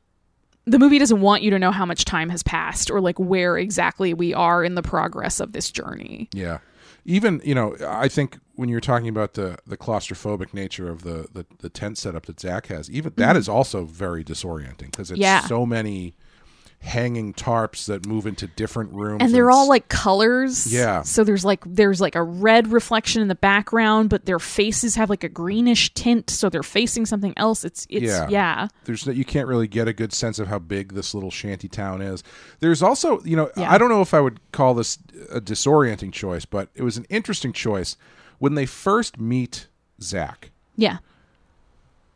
Speaker 2: the movie doesn't want you to know how much time has passed or like where exactly we are in the progress of this journey.
Speaker 1: Yeah. Even, you know, I think when you're talking about the, the claustrophobic nature of the, the, the tent setup that Zach has, even that is also very disorienting because it's
Speaker 2: Mm-hmm. Yeah.
Speaker 1: so many hanging tarps that move into different rooms.
Speaker 2: And they're all
Speaker 1: it's-
Speaker 2: like colors.
Speaker 1: Yeah.
Speaker 2: So there's like there's like a red reflection in the background, but their faces have like a greenish tint, so they're facing something else. It's it's
Speaker 1: Yeah.
Speaker 2: yeah.
Speaker 1: there's no, you can't really get a good sense of how big this little shanty town is. There's also, you know,
Speaker 2: Yeah.
Speaker 1: I don't know if I would call this a disorienting choice, but it was an interesting choice when they first meet Zach.
Speaker 2: Yeah.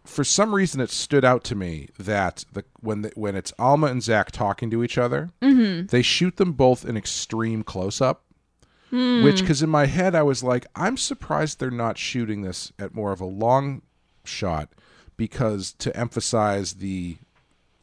Speaker 1: for some reason it stood out to me that the when the, when it's Alma and Zach talking to each other,
Speaker 2: Mm-hmm.
Speaker 1: they shoot them both in extreme close up.
Speaker 2: Hmm.
Speaker 1: Which, because in my head I was like, I'm surprised they're not shooting this at more of a long shot, because to emphasize the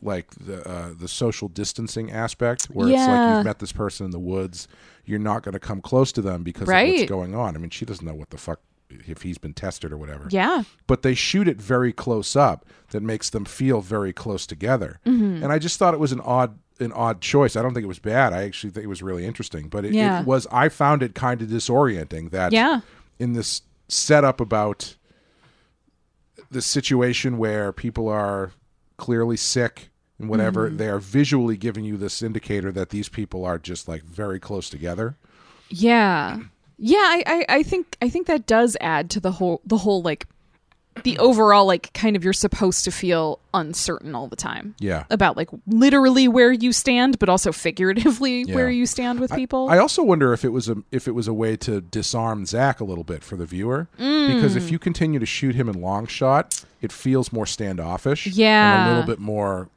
Speaker 1: like the uh, the social distancing aspect, where it's like
Speaker 2: Yeah.
Speaker 1: you've met this person in the woods, you're not going to come close to them because of what's
Speaker 2: Right.
Speaker 1: going on. I mean, she doesn't know what the fuck if he's been tested or whatever
Speaker 2: Yeah.
Speaker 1: but they shoot it very close up that makes them feel very close together
Speaker 2: Mm-hmm.
Speaker 1: and i just thought it was an odd an odd choice i don't think it was bad i actually think it was really interesting but it,
Speaker 2: Yeah.
Speaker 1: it was i found it kind of disorienting that
Speaker 2: Yeah.
Speaker 1: in this setup about this situation where people are clearly sick and whatever
Speaker 2: Mm-hmm.
Speaker 1: they are visually giving you this indicator that these people are just like very close together
Speaker 2: Yeah. Yeah, I, I, I think I think that does add to the whole the whole like the overall like kind of you're supposed to feel uncertain all the time.
Speaker 1: Yeah.
Speaker 2: About like literally where you stand, but also figuratively
Speaker 1: Yeah.
Speaker 2: where you stand with people.
Speaker 1: I also wonder if it was a if it was a way to disarm Zach a little bit for the viewer because
Speaker 2: Mm.
Speaker 1: if you continue to shoot him in long shot, it feels more standoffish, and
Speaker 2: Yeah.
Speaker 1: a little bit more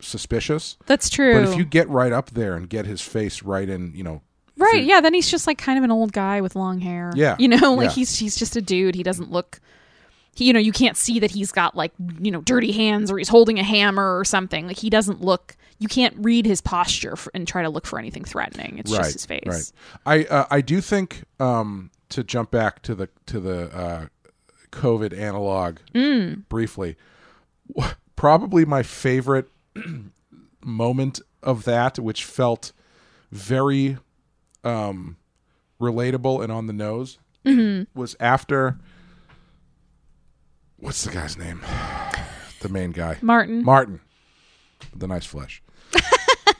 Speaker 1: suspicious.
Speaker 2: That's true.
Speaker 1: But if you get right up there and get his face right in, you know,
Speaker 2: Right. Yeah. Then he's just like kind of an old guy with long hair.
Speaker 1: Hmm. Yeah,
Speaker 2: You know, [laughs] like
Speaker 1: yeah.
Speaker 2: he's he's just a dude. He doesn't look. He, you know, you can't see that he's got like you know dirty hands or he's holding a hammer or something. Like he doesn't look. You can't read his posture for, and try to look for anything threatening. It's just his face.
Speaker 1: Right. I uh, I do think um, to jump back to the to the uh, COVID analog
Speaker 2: Mm.
Speaker 1: briefly. w- Probably my favorite [clears throat] moment of that, which felt very um, relatable and on the nose,
Speaker 2: Mm-hmm.
Speaker 1: was after. What's the guy's name? [sighs] The main guy,
Speaker 2: Martin.
Speaker 1: Martin, with the nice flesh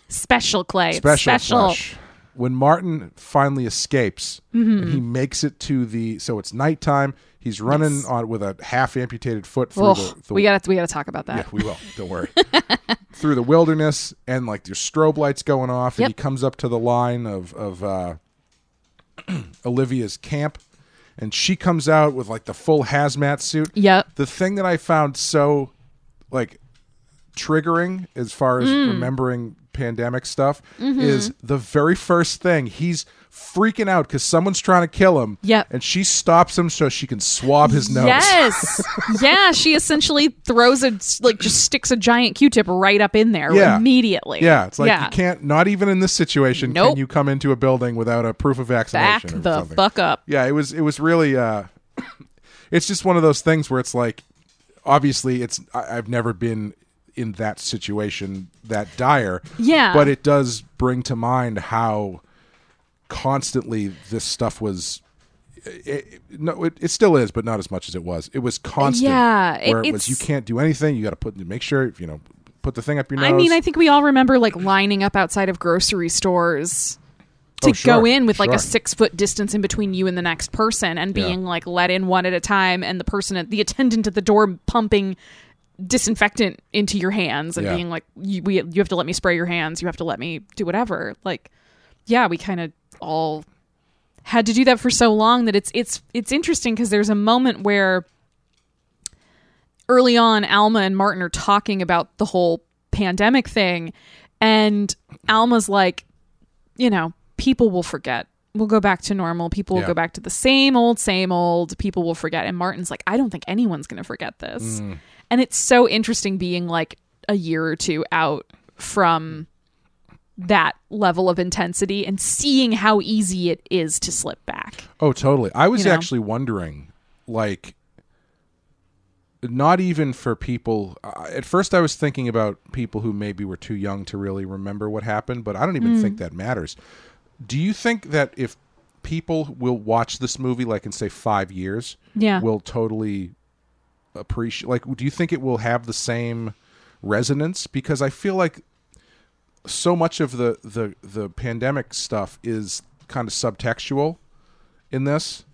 Speaker 2: special clay. It's
Speaker 1: special,
Speaker 2: special.
Speaker 1: flush. When Martin finally escapes, and he
Speaker 2: Mm-hmm.
Speaker 1: makes it to the so it's nighttime. He's running on with a half amputated foot through
Speaker 2: Ugh,
Speaker 1: the, the
Speaker 2: Oh, we gotta we gotta talk about that.
Speaker 1: yeah, we will. Don't worry. [laughs] Through the wilderness, and like there's strobe lights going off, and
Speaker 2: Yep.
Speaker 1: he comes up to the line of of uh, [clears throat] Olivia's camp, and she comes out with like the full hazmat suit.
Speaker 2: Yep.
Speaker 1: The thing that I found so like triggering as far as
Speaker 2: Mm.
Speaker 1: remembering pandemic stuff
Speaker 2: Mm-hmm.
Speaker 1: is the very first thing he's freaking out because someone's trying to kill him.
Speaker 2: Yep.
Speaker 1: And she stops him so she can swab his nose. [laughs]
Speaker 2: Yes. yeah. She essentially throws a like just sticks a giant Q-tip right up in there
Speaker 1: Yeah.
Speaker 2: immediately.
Speaker 1: Yeah, it's like you can't. Not even in this situation can
Speaker 2: Nope.
Speaker 1: you come into a building without a proof of
Speaker 2: back
Speaker 1: vaccination. or
Speaker 2: the
Speaker 1: something.
Speaker 2: fuck up.
Speaker 1: Yeah, it was. It was really. Uh, [coughs] it's just one of those things where it's like, obviously, it's. I, I've never been in that situation that dire.
Speaker 2: Yeah.
Speaker 1: but it does bring to mind how constantly this stuff was. It, it- no, it, it still is, but not as much as it was. It was constant.
Speaker 2: Yeah, it-
Speaker 1: where it, was
Speaker 2: it's-
Speaker 1: you can't do anything. You got to put make sure you know put the thing up your nose.
Speaker 2: I mean, I think we all remember like lining up outside of grocery stores to
Speaker 1: Oh, sure,
Speaker 2: go in with like
Speaker 1: sure.
Speaker 2: a six foot distance in between you and the next person and
Speaker 1: Yeah.
Speaker 2: being like let in one at a time and the person at the attendant at the door pumping disinfectant into your hands and
Speaker 1: Yeah.
Speaker 2: being like you, we, you have to let me spray your hands you have to let me do whatever like yeah we kind of all had to do that for so long that it's it's it's interesting because there's a moment where early on Alma and Martin are talking about the whole pandemic thing and Alma's like you know people will forget we'll go back to normal people will
Speaker 1: Yeah.
Speaker 2: go back to the same old same old people will forget and Martin's like I don't think anyone's going to forget this and it's so interesting being like a year or two out from that level of intensity and seeing how easy it is to slip back.
Speaker 1: Oh, totally. I was
Speaker 2: You know?
Speaker 1: actually wondering, like, not even for people. Uh, at first, I was thinking about people who maybe were too young to really remember what happened, but I don't even think that matters. Do you think that if people will watch this movie, like in say five years,
Speaker 2: Yeah.
Speaker 1: will totally appreciate? Like, do you think it will have the same resonance? Because I feel like so much of the the the pandemic stuff is kind of subtextual in this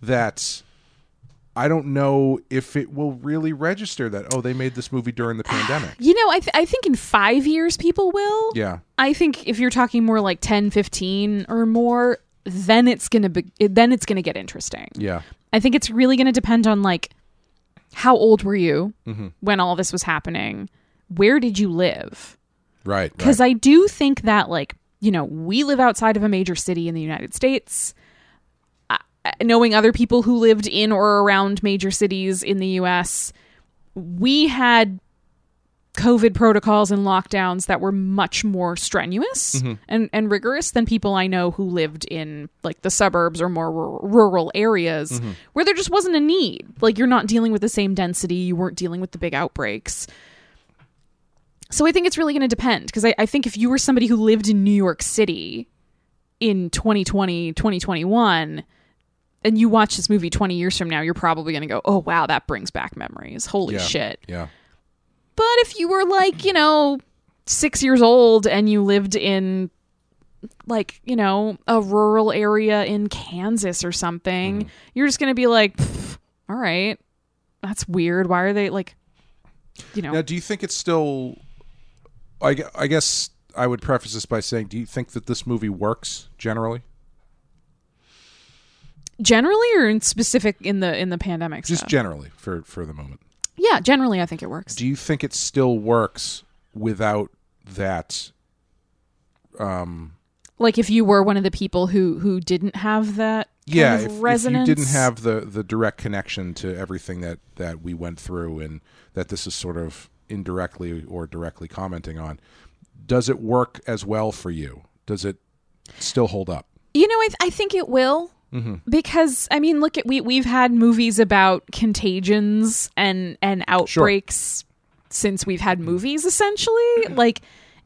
Speaker 1: that I don't know if it will really register that oh they made this movie during
Speaker 2: [sighs]
Speaker 1: the pandemic.
Speaker 2: You know, I, th- I think in five years people will.
Speaker 1: Yeah.
Speaker 2: I think if you're talking more like 10, 15 or more, then it's going to be, then it's going to get interesting.
Speaker 1: Yeah.
Speaker 2: I think it's really going to depend on like how old were you when all this was happening? Where did you live?
Speaker 1: Right.
Speaker 2: Because
Speaker 1: right.
Speaker 2: I do think that like, you know, we live outside of a major city in the United States. I- I- Knowing other people who lived in or around major cities in the US, we had COVID protocols and lockdowns that were much more strenuous and, and rigorous than people I know who lived in like the suburbs or more rur- rural areas where there just wasn't a need. Like you're not dealing with the same density, you weren't dealing with the big outbreaks. So I think it's really going to depend because I, I think if you were somebody who lived in New York City in 2020, 2021, and you watch this movie 20 years from now, you're probably going to go, oh, wow, that brings back memories. Holy
Speaker 1: yeah.
Speaker 2: shit.
Speaker 1: Yeah.
Speaker 2: But if you were like, you know, six years old and you lived in like, you know, a rural area in Kansas or something, you're just going to be like, "Pff, all right, that's weird. Why are they like, you know,
Speaker 1: Now, do you think it's still? I, gu- I guess I would preface this by saying, do you think that this movie works generally?
Speaker 2: generally or in specific in the in the pandemic
Speaker 1: Just
Speaker 2: stuff?
Speaker 1: generally for for the moment.
Speaker 2: yeah, generally I think it works.
Speaker 1: Do you think it still works without that?
Speaker 2: like if you were one of the people who who didn't have that kind
Speaker 1: Yeah,
Speaker 2: of
Speaker 1: if, if
Speaker 2: resonance.
Speaker 1: you didn't have the the direct connection to everything that that we went through, and that this is sort of indirectly or directly commenting on, does it work as well for you? Does it still hold up?
Speaker 2: You know, I, th- I think it will
Speaker 1: Mm-hmm.
Speaker 2: because I mean, look at we we've had movies about contagions and and outbreaks since we've
Speaker 1: Mm-hmm.
Speaker 2: had movies. Essentially, like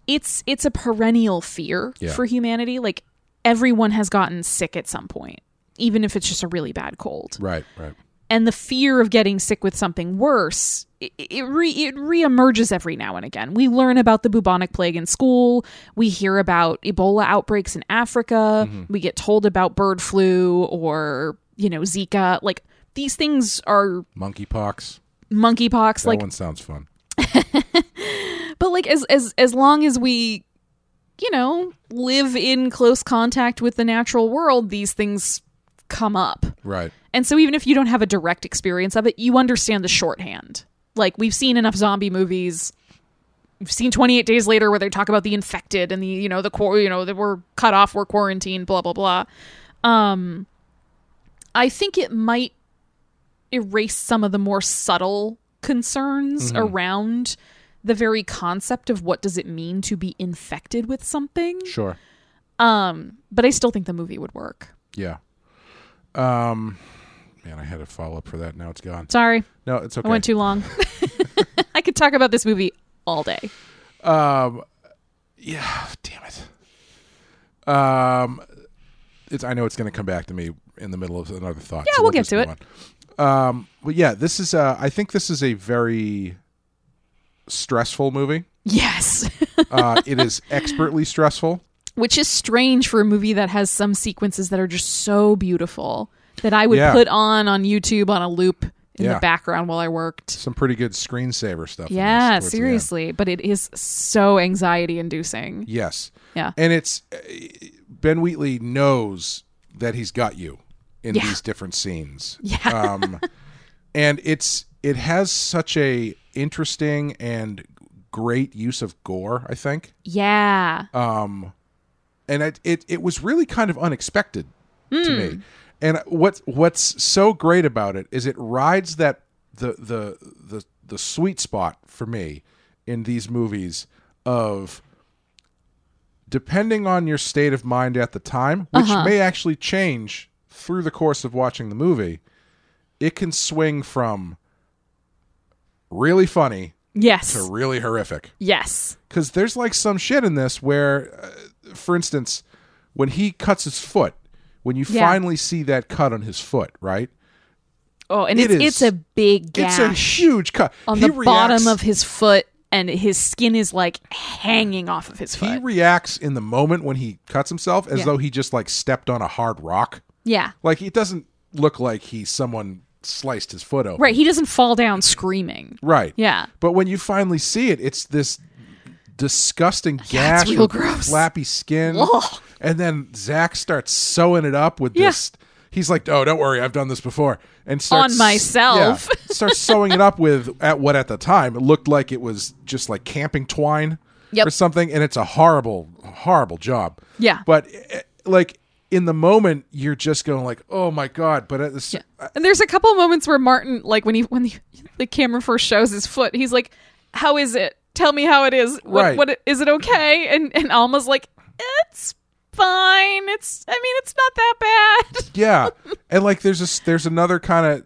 Speaker 2: it's it's a perennial fear
Speaker 1: Yeah.
Speaker 2: for humanity. Like everyone has gotten sick at some point, even if it's just a really bad cold.
Speaker 1: Right, right.
Speaker 2: and the fear of getting sick with something worse it, it re it reemerges every now and again we learn about the bubonic plague in school we hear about ebola outbreaks in africa
Speaker 1: Mm-hmm.
Speaker 2: we get told about bird flu or you know zika like these things are
Speaker 1: Monkeypox.
Speaker 2: monkeypox
Speaker 1: That
Speaker 2: like
Speaker 1: one sounds fun.
Speaker 2: but like as as as long as we you know live in close contact with the natural world these things come up
Speaker 1: Right.
Speaker 2: And so even if you don't have a direct experience of it, you understand the shorthand. Like we've seen enough zombie movies. We've seen 28 days later where they talk about the infected and the you know the quar- you know that we're cut off, we're quarantined, blah blah blah. Um I think it might erase some of the more subtle concerns around the very concept of what does it mean to be infected with something.
Speaker 1: Sure.
Speaker 2: Um but I still think the movie would work.
Speaker 1: Yeah. Um, man, I had a follow up for that. Now it's gone.
Speaker 2: Sorry.
Speaker 1: No, it's okay.
Speaker 2: I went too long. [laughs] I could talk about this movie all day.
Speaker 1: Um, yeah, damn it. Um, it's I know it's going to come back to me in the middle of another thought.
Speaker 2: Yeah, we'll get
Speaker 1: just
Speaker 2: to
Speaker 1: move on. Um, but yeah, this is. Uh, I think this is a very stressful movie.
Speaker 2: Yes.
Speaker 1: Uh, it is expertly stressful.
Speaker 2: [laughs] Which is strange for a movie that has some sequences that are just so beautiful that I would
Speaker 1: Yeah.
Speaker 2: put on on YouTube on a loop in
Speaker 1: Yeah.
Speaker 2: the background while I worked.
Speaker 1: Some pretty good screensaver stuff. in this
Speaker 2: Yeah,
Speaker 1: towards the end.
Speaker 2: seriously, but it is so anxiety inducing.
Speaker 1: Yes.
Speaker 2: Yeah.
Speaker 1: And it's uh, Ben Wheatley knows that he's got you in
Speaker 2: Yeah.
Speaker 1: these different scenes. Yeah. Um, and it's it has such a interesting and great use of gore. I think,
Speaker 2: Yeah.
Speaker 1: Uh, and it it, it was really kind of unexpected to me. And what what's so great about it is it rides that the the the the sweet spot for me in these movies of depending on your state of mind at the time, which may actually change through the course of watching the movie, it can swing from really funny
Speaker 2: Yes.
Speaker 1: to really horrific
Speaker 2: Yes.
Speaker 1: because there's like some shit in this where, uh, for instance, when he cuts his foot, when you
Speaker 2: Yeah.
Speaker 1: finally see that cut on his foot, right?
Speaker 2: Oh, and
Speaker 1: It
Speaker 2: it's
Speaker 1: is-
Speaker 2: it's a big gash
Speaker 1: It's a huge cut
Speaker 2: on
Speaker 1: He
Speaker 2: the bottom
Speaker 1: reacts-
Speaker 2: of his foot, and his skin is like hanging off of his
Speaker 1: He
Speaker 2: foot.
Speaker 1: reacts in the moment when he cuts himself as
Speaker 2: Yeah.
Speaker 1: though he just like stepped on a hard rock.
Speaker 2: yeah.
Speaker 1: Like it doesn't look like he someone sliced his foot open.
Speaker 2: Right. He doesn't fall down screaming.
Speaker 1: Right.
Speaker 2: Yeah.
Speaker 1: But when you finally see it, it's this disgusting gash
Speaker 2: it's real
Speaker 1: with
Speaker 2: gross.
Speaker 1: flappy skin.
Speaker 2: Ugh.
Speaker 1: And then Zach starts sewing it up with
Speaker 2: Yeah.
Speaker 1: this. He's like, "Oh, don't worry, I've done this before." And starts
Speaker 2: On myself.
Speaker 1: yeah, starts sewing it up with at what at the time it looked like it was just like camping twine
Speaker 2: Yep.
Speaker 1: or something, and it's a horrible, horrible job.
Speaker 2: Yeah.
Speaker 1: But eh, like in the moment, you're just going like, "Oh my god!" But at the s-
Speaker 2: And there's a couple of moments where Martin, like when he when the, the camera first shows his foot, he's like, "How is it? Tell me how it is. What
Speaker 1: Right.
Speaker 2: what i- is it okay?" And and Alma's like, "It's fine. It's I mean, it's not that bad."
Speaker 1: Yeah, and like there's this there's another kind of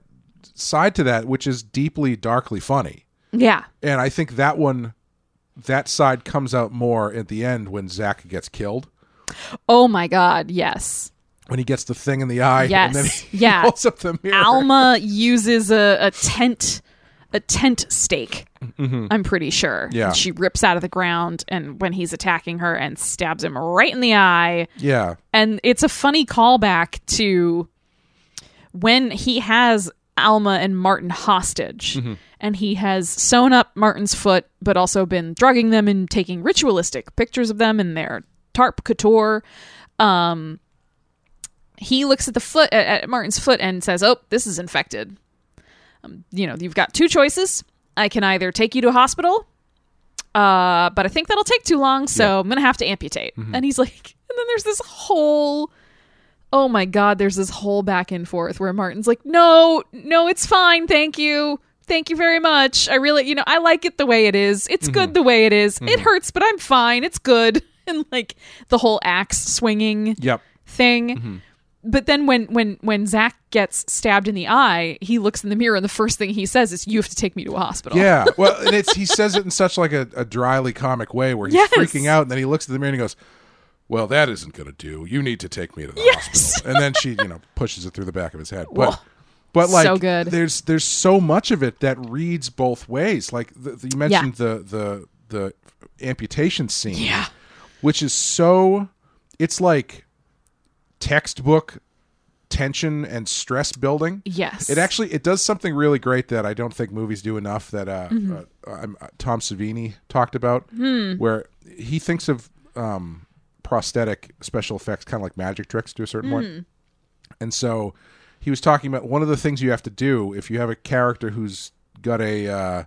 Speaker 1: side to that which is deeply darkly funny,
Speaker 2: Yeah.
Speaker 1: and I think that one that side comes out more at the end when Zach gets killed
Speaker 2: Oh my God. Yes.
Speaker 1: when he gets the thing in the eye. and then
Speaker 2: Yes.
Speaker 1: he [laughs]
Speaker 2: Yeah.
Speaker 1: holds up the mirror.
Speaker 2: Alma uses a, a tent a tent stake. I'm pretty sure.
Speaker 1: Mm-hmm. Yeah.
Speaker 2: She rips out of the ground, and when he's attacking her, and stabs him right in the eye.
Speaker 1: Yeah,
Speaker 2: and it's a funny callback to when he has Alma and Martin hostage, and he has sewn up Martin's foot, but also been drugging them and taking ritualistic pictures of them in their tarp couture. Um, he looks at the foot at, at Martin's foot and says, "Oh, this is infected." Um, you know, you've got two choices. I can either take you to a hospital uh, but I think that'll take too long, so I'm gonna have to amputate. And he's like, [laughs] and then there's this whole, oh my god, there's this whole back and forth where Martin's like, no, no, it's fine, thank you, thank you very much. I really, you know, I like it the way it is. It's good the way it is. It hurts, but I'm fine. It's good. [laughs] And like the whole axe swinging
Speaker 1: yep.
Speaker 2: thing.
Speaker 1: Mm-hmm.
Speaker 2: But then when when when Zach gets stabbed in the eye, he looks in the mirror and the first thing he says is, "You have to take me to a hospital."
Speaker 1: Yeah, well, and it's he says it in such like a, a dryly comic way where he's
Speaker 2: Yes.
Speaker 1: freaking out, and then he looks at the mirror and he goes, "Well, that isn't going to do. You need to take me to the hospital." And then she, you know, pushes it through the back of his head. But, but like,
Speaker 2: So good.
Speaker 1: There's there's so much of it that reads both ways. Like the, the- you mentioned the the the amputation scene, yeah, which is so it's like textbook tension and stress building.
Speaker 2: Yes.
Speaker 1: It actually it does something really great that I don't think movies do enough. That uh, uh, I'm, uh, Tom Savini talked about, where he thinks of um, prosthetic special effects kind of like magic tricks to a certain point. And so he was talking about one of the things you have to do if you have a character who's got a uh,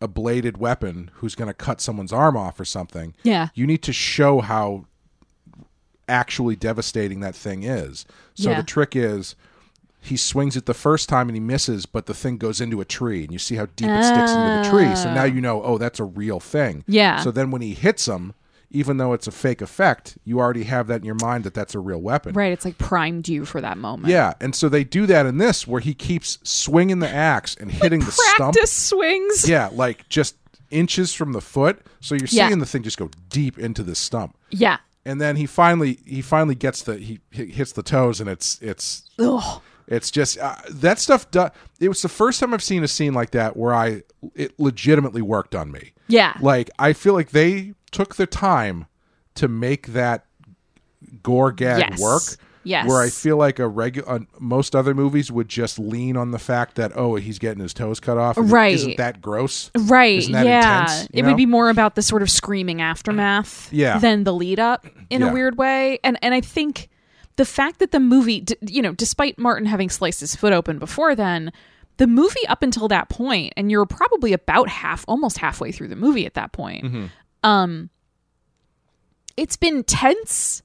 Speaker 1: a bladed weapon who's going to cut someone's arm off or something.
Speaker 2: Yeah.
Speaker 1: you need to show how actually devastating that thing is. So
Speaker 2: Yeah.
Speaker 1: the trick is he swings it the first time and he misses, but the thing goes into a tree, and you see how deep it sticks into the tree. So now you know, oh, that's a real thing.
Speaker 2: Yeah.
Speaker 1: So then when he hits him, even though it's a fake effect, you already have that in your mind that that's a real weapon.
Speaker 2: Right, it's like primed you for that moment.
Speaker 1: Yeah, and so they do that in this where he keeps swinging the axe and hitting the stump.
Speaker 2: Practice swings.
Speaker 1: Yeah, like just inches from the foot. So you're
Speaker 2: Yeah.
Speaker 1: seeing the thing just go deep into the stump.
Speaker 2: Yeah.
Speaker 1: and then he finally he finally gets the he he hits the toes and it's it's it's just uh, that stuff do, it was the first time i've seen a scene like that where i it legitimately worked on me
Speaker 2: Yeah.
Speaker 1: like i feel like they took the time to make that gore gag
Speaker 2: Yes.
Speaker 1: work
Speaker 2: Yes.
Speaker 1: where i feel like a regular most other movies would just lean on the fact that oh he's getting his toes cut off and
Speaker 2: Right.
Speaker 1: isn't that gross
Speaker 2: Right.
Speaker 1: Isn't that
Speaker 2: yeah.
Speaker 1: intense, you
Speaker 2: it would
Speaker 1: know?
Speaker 2: be more about the sort of screaming aftermath
Speaker 1: Yeah.
Speaker 2: than the lead up in
Speaker 1: Yeah.
Speaker 2: a weird way. And and I think the fact that the movie, d- you know, despite Martin having sliced his foot open before then, the movie up until that point, and you're probably about half, almost halfway through the movie at that point.
Speaker 1: Mm-hmm.
Speaker 2: Um, it's been tense,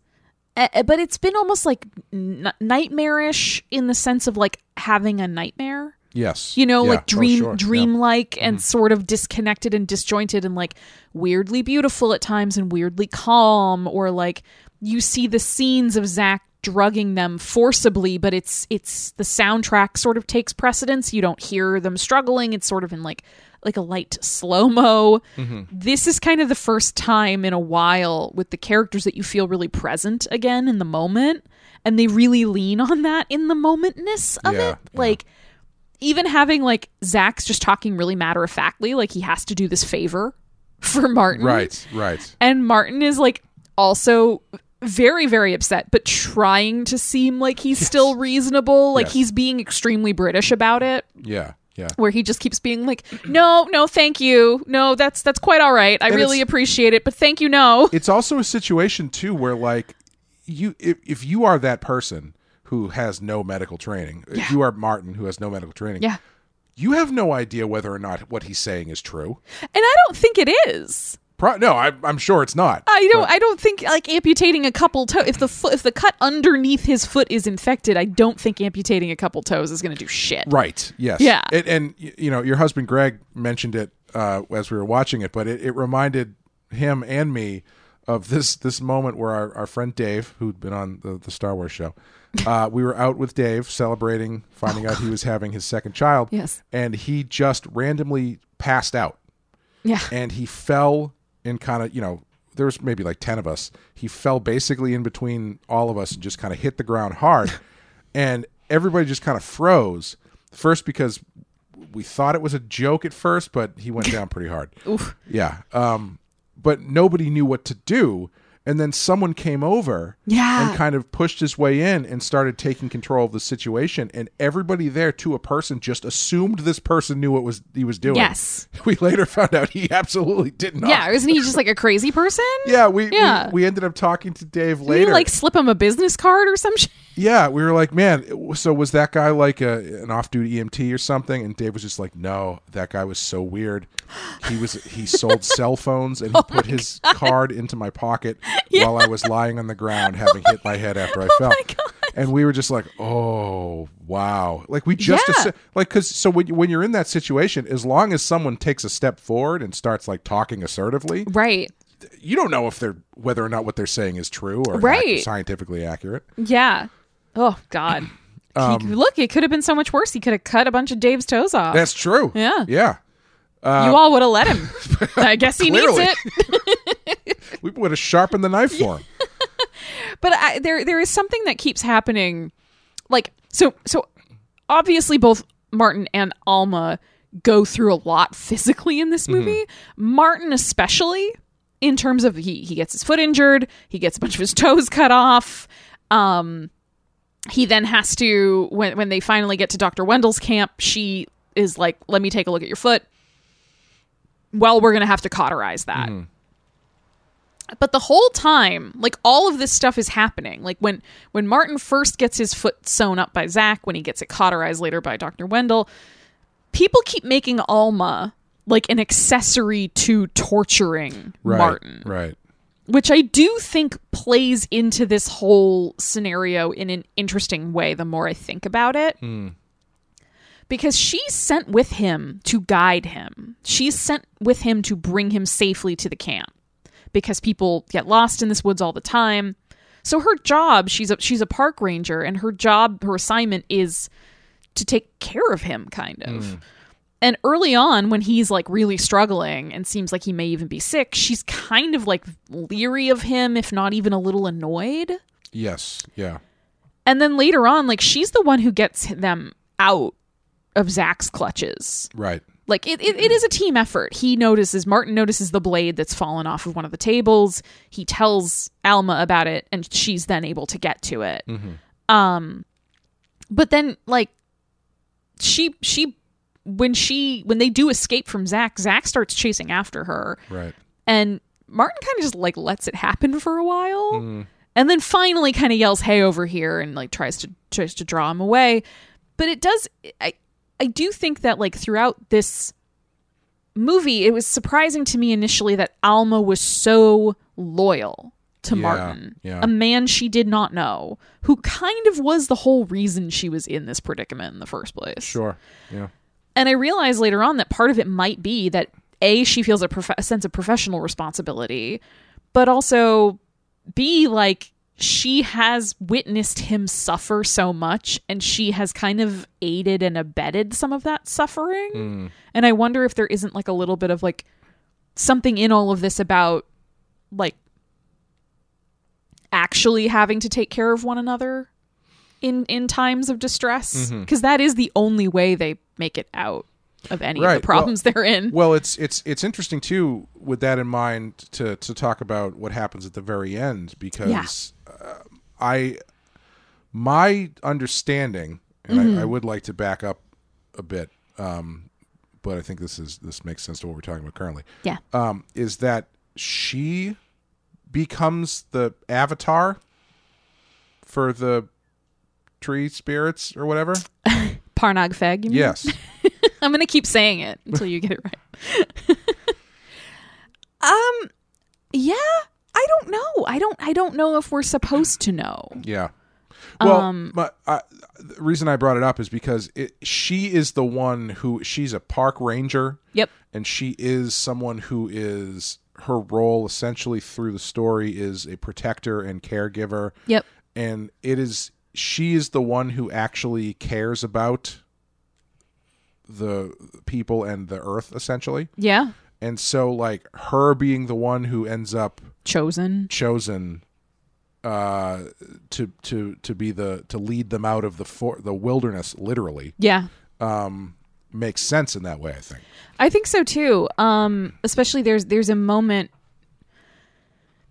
Speaker 2: eh, eh, but it's been almost like n- nightmarish in the sense of like having a nightmare.
Speaker 1: Yes.
Speaker 2: you know
Speaker 1: Yeah.
Speaker 2: like
Speaker 1: Oh,
Speaker 2: dream
Speaker 1: sure. Mm-hmm. Yeah.
Speaker 2: dreamlike and sort of disconnected and disjointed and like weirdly beautiful at times and weirdly calm or like you see the scenes of zach drugging them forcibly but it's it's the soundtrack sort of takes precedence you don't hear them struggling it's sort of in like like a light slow mo
Speaker 1: Mm-hmm.
Speaker 2: this is kind of the first time in a while with the characters that you feel really present again in the moment and they really lean on that in the momentness of
Speaker 1: Yeah,
Speaker 2: it like even having like Zach's just talking really matter of factly, like he has to do this favor for Martin.
Speaker 1: Right, right.
Speaker 2: And Martin is like also very, very upset, but trying to seem like he's still reasonable. Like
Speaker 1: Yes.
Speaker 2: he's being extremely British about it,
Speaker 1: Yeah, yeah.
Speaker 2: where he just keeps being like, No, no, thank you. No, that's that's quite all right. I
Speaker 1: And
Speaker 2: really
Speaker 1: it's-
Speaker 2: appreciate it, but thank you, no.
Speaker 1: It's also a situation too where like you if, if you are that person who has no medical training, if you are Martin who has no medical training,
Speaker 2: Yeah.
Speaker 1: you have no idea whether or not what he's saying is true.
Speaker 2: And I don't think it is.
Speaker 1: Pro- no, I, I'm sure it's not.
Speaker 2: I don't. I don't think like amputating a couple toe. If the foot, if the cut underneath his foot is infected, I don't think amputating a couple toes is going to do shit.
Speaker 1: Right. Yes.
Speaker 2: Yeah.
Speaker 1: And, and y- you know, your husband Greg mentioned it uh, as we were watching it, but it, it reminded him and me of this this moment where our, our friend Dave, who'd been on the, the Star Wars
Speaker 2: [laughs]
Speaker 1: show, uh, we were out with Dave celebrating, finding out he was having his second child.
Speaker 2: Oh, Yes.
Speaker 1: And he just randomly passed out
Speaker 2: Yeah.
Speaker 1: [laughs] and he fell in kind of you know there was maybe like 10 of us he fell basically in between all of us and just kind of hit the ground
Speaker 2: [laughs]
Speaker 1: hard and everybody just kind of froze first because we thought it was a joke at first but he went down pretty
Speaker 2: [laughs]
Speaker 1: hard yeah um but nobody knew what to do and then someone came over
Speaker 2: Yeah.
Speaker 1: and kind of pushed his way in and started taking control of the situation and everybody there to a person just assumed this person knew what was he was doing
Speaker 2: Yes.
Speaker 1: [laughs] we later found out he absolutely did not.
Speaker 2: Yeah. Isn't he just like a crazy person?
Speaker 1: uh, Yeah, we, we-
Speaker 2: Yeah.
Speaker 1: We, ended up talking to Dave
Speaker 2: Did
Speaker 1: later.
Speaker 2: you like slip him a business card or some shit?
Speaker 1: yeah, we were like, man, w- so was that guy like a, an off-duty EMT or something? And Dave was just like, no, that guy was so weird. He was he
Speaker 2: [laughs]
Speaker 1: sold cell phones
Speaker 2: Oh
Speaker 1: and he put his card into my pocket while I was lying on the ground having hit my head
Speaker 2: [laughs]
Speaker 1: after I
Speaker 2: Oh
Speaker 1: fell. And we were just like, "Oh, wow!" Like we just
Speaker 2: Yeah.
Speaker 1: assu- like because so when you, when you're in that situation, as long as someone takes a step forward and starts like talking assertively,
Speaker 2: Right.
Speaker 1: you don't know if they're whether or not what they're saying is true or
Speaker 2: Right.
Speaker 1: ac- scientifically accurate.
Speaker 2: Yeah. Oh
Speaker 1: [clears throat]
Speaker 2: God. He-
Speaker 1: Um,
Speaker 2: Look, it could have been so much worse. He could have cut a bunch of Dave's toes off.
Speaker 1: That's true.
Speaker 2: Yeah.
Speaker 1: yeah.
Speaker 2: you all would have let
Speaker 1: [laughs]
Speaker 2: him. I guess he needs
Speaker 1: Clearly.
Speaker 2: it.
Speaker 1: We would have sharpened the knife for him.
Speaker 2: but I, there there is something that keeps happening like so so obviously both martin and alma go through a lot physically in this movie martin especially in terms of he he gets his foot injured he gets a bunch of his [laughs] toes cut off um he then has to when when they finally get to dr wendell's camp she is like let me take a look at your foot well we're gonna have to cauterize that but the whole time like all of this stuff is happening like when when martin first gets his foot sewn up by zach when he gets it cauterized later by dr wendell people keep making alma like an accessory to torturing
Speaker 1: Right.
Speaker 2: [laughs] martin
Speaker 1: Right.
Speaker 2: which i do think plays into this whole scenario in an interesting way the more i think about it because she's sent with him to guide him. She's sent with him to bring him safely to the camp because people get lost in this woods all the time. So her job, she's a she's a park ranger and her job, her assignment is to take care of him kind of. And early on when he's like really struggling and seems like he may even be sick, she's kind of like leery of him if not even a little annoyed.
Speaker 1: Yes. Yeah.
Speaker 2: And then later on, like she's the one who gets them out of Zach's clutches.
Speaker 1: Right.
Speaker 2: Like it, it, it is a team effort. He notices Martin notices the blade that's fallen off of one of the tables. He tells Alma about it, and she's then able to get to it. Um, but then like she she when she when they do escape from Zach, Zach starts chasing after her,
Speaker 1: Right.
Speaker 2: and Martin kind of just like lets it happen for a while,
Speaker 1: Mm-hmm.
Speaker 2: and then finally kind of yells, "Hey, over here!" and like tries to tries to draw him away. But it does. I I do think that like throughout this movie, it was surprising to me initially that Alma was so loyal to
Speaker 1: Yeah,
Speaker 2: Martin,
Speaker 1: yeah.
Speaker 2: a man she did not know, who kind of was the whole reason she was in this predicament in the first place.
Speaker 1: Sure. Yeah.
Speaker 2: And I realized later on that part of it might be that A, she feels a, prof- a sense of professional responsibility, but also B, like she has witnessed him suffer so much and she has kind of aided and abetted some of that suffering.
Speaker 1: Hmm.
Speaker 2: And I wonder if there isn't like a little bit of like something in all of this about like actually having to take care of one another in in times of distress
Speaker 1: Mm-hmm.
Speaker 2: because is the only way they make it out of any
Speaker 1: Right,
Speaker 2: of
Speaker 1: well-
Speaker 2: the problems they're in.
Speaker 1: Well, it's it's it's interesting too with that in mind to to talk about what happens at the very end because uh, I my understanding and I, I would like to back up a bit um, but I think this is this makes sense to what we're talking about currently
Speaker 2: yeah.
Speaker 1: um, is that she becomes the avatar for the tree spirits or whatever
Speaker 2: Parnag Feg. You mean?
Speaker 1: yes
Speaker 2: I'm gonna keep saying it [laughs] until you get it right. [laughs] um, yeah, I don't know. I don't. I don't know if we're supposed to know.
Speaker 1: Yeah. Well, my, I, the reason I brought it up is because it, she is the one who she's a park ranger,
Speaker 2: Yep.
Speaker 1: and she is someone who is her role essentially through the story is a protector and caregiver.
Speaker 2: Yep.
Speaker 1: And it is she is the one who actually cares about the people and the earth essentially.
Speaker 2: Yeah.
Speaker 1: And so like her being the one who ends up
Speaker 2: Chosen.
Speaker 1: chosen uh to to to be the to lead them out of the for, the wilderness literally
Speaker 2: Yeah.
Speaker 1: makes sense in that way i think
Speaker 2: I think so too. Um, especially there's there's a moment.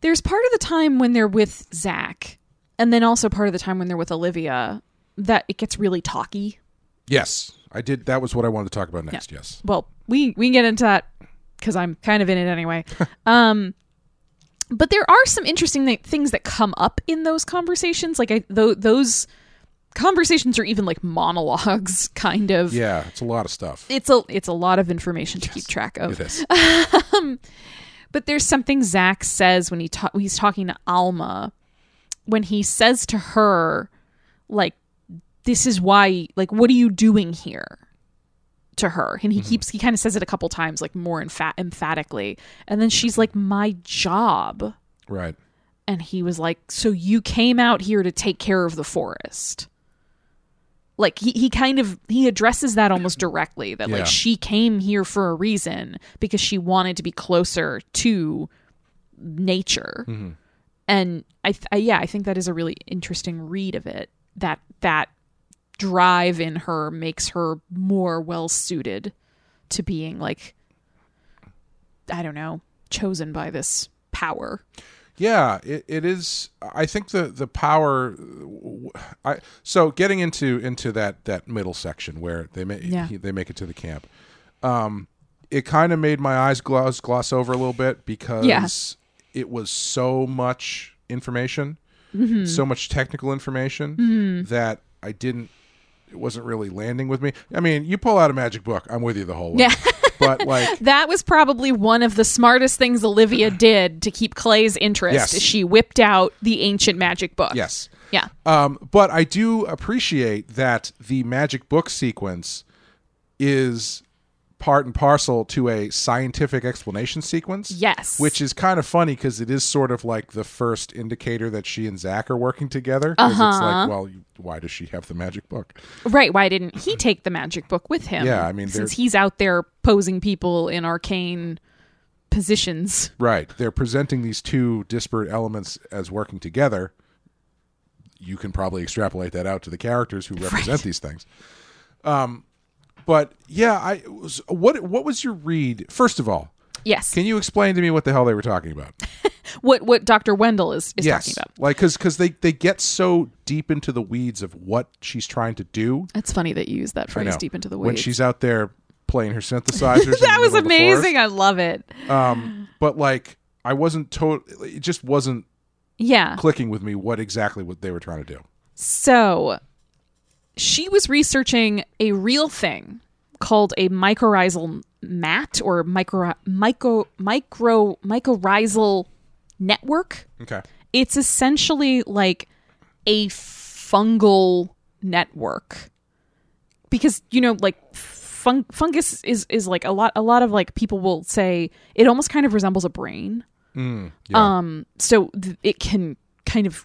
Speaker 2: There's part of the time when they're with Zach, and then also part of the time when they're with Olivia that it gets really talky.
Speaker 1: yes i did that was what i wanted to talk about next yes
Speaker 2: well, we we can get into that because I'm kind of in it anyway. um, but there are some interesting th- things that come up in those conversations. Like I, tho- those conversations are even like monologues, [laughs] kind of.
Speaker 1: yeah it's a lot of stuff
Speaker 2: It's a it's a lot of information to keep track of.
Speaker 1: it is
Speaker 2: But there's something Zach says when he ta- when he's talking to Alma, when he says to her, like, "This is why, like, what are you doing here?" To her, and he keeps he kind of says it a couple times, like more empha- emphatically, and then she's like, "My job,"
Speaker 1: right
Speaker 2: and he was like, "So you came out here to take care of the forest." Like he, he kind of he addresses that almost directly that
Speaker 1: Yeah.
Speaker 2: like she came here for a reason because she wanted to be closer to nature. And I, th- I yeah, I think that is a really interesting read of it. That that drive in her makes her more well suited to being like I don't know, chosen by this power.
Speaker 1: yeah it, it is i think the the power i so getting into into that that middle section where they make
Speaker 2: Yeah.
Speaker 1: they make it to the camp um it kind of made my eyes gloss gloss over a little bit because
Speaker 2: Yeah.
Speaker 1: it was so much information
Speaker 2: Mm-hmm.
Speaker 1: so much technical information that i didn't it wasn't really landing with me i mean you pull out a magic book i'm with you the whole way
Speaker 2: Yeah.
Speaker 1: but like [laughs]
Speaker 2: That was probably one of the smartest things
Speaker 1: [clears throat]
Speaker 2: Olivia did to keep Clay's interest.
Speaker 1: Yes.
Speaker 2: is She whipped out the ancient magic book.
Speaker 1: yes
Speaker 2: Yeah.
Speaker 1: Um, but I do appreciate that the magic book sequence is part and parcel to a scientific explanation sequence.
Speaker 2: Yes.
Speaker 1: Which is kind of funny because it is sort of like the first indicator that she and Zach are working together. Because it's like, well, you- why does she have the magic book?
Speaker 2: Right. Why didn't he take the magic book with him?
Speaker 1: Yeah, I mean, they're-
Speaker 2: since he's out there posing people in arcane positions.
Speaker 1: Right. They're presenting these two disparate elements as working together. You can probably extrapolate that out to the characters
Speaker 2: [laughs]
Speaker 1: who represent these things. Um, but yeah, I was, what what was your read? First of all,
Speaker 2: Yes.
Speaker 1: can you explain to me what the hell they were talking
Speaker 2: [laughs]
Speaker 1: about?
Speaker 2: what what Dr. Wendell is, is talking about.
Speaker 1: like because they they get so deep into the weeds of what she's trying to do.
Speaker 2: It's funny that you use that
Speaker 1: I
Speaker 2: phrase
Speaker 1: know.
Speaker 2: deep into the
Speaker 1: when
Speaker 2: [laughs] weeds.
Speaker 1: she's out there playing
Speaker 2: [laughs]
Speaker 1: her synthesizers. in the
Speaker 2: that was
Speaker 1: middle of the forest.
Speaker 2: amazing. I love it.
Speaker 1: Um, but like I wasn't total. It just wasn't
Speaker 2: Yeah.
Speaker 1: clicking with me what exactly what they were trying to do.
Speaker 2: So she was researching a real thing called a mycorrhizal mat or micro micro micro mycorrhizal network
Speaker 1: Okay.
Speaker 2: it's essentially like a fungal network because you know like fung- fungus is is like a lot a lot of like people will say it almost kind of resembles a brain um so th- it can kind of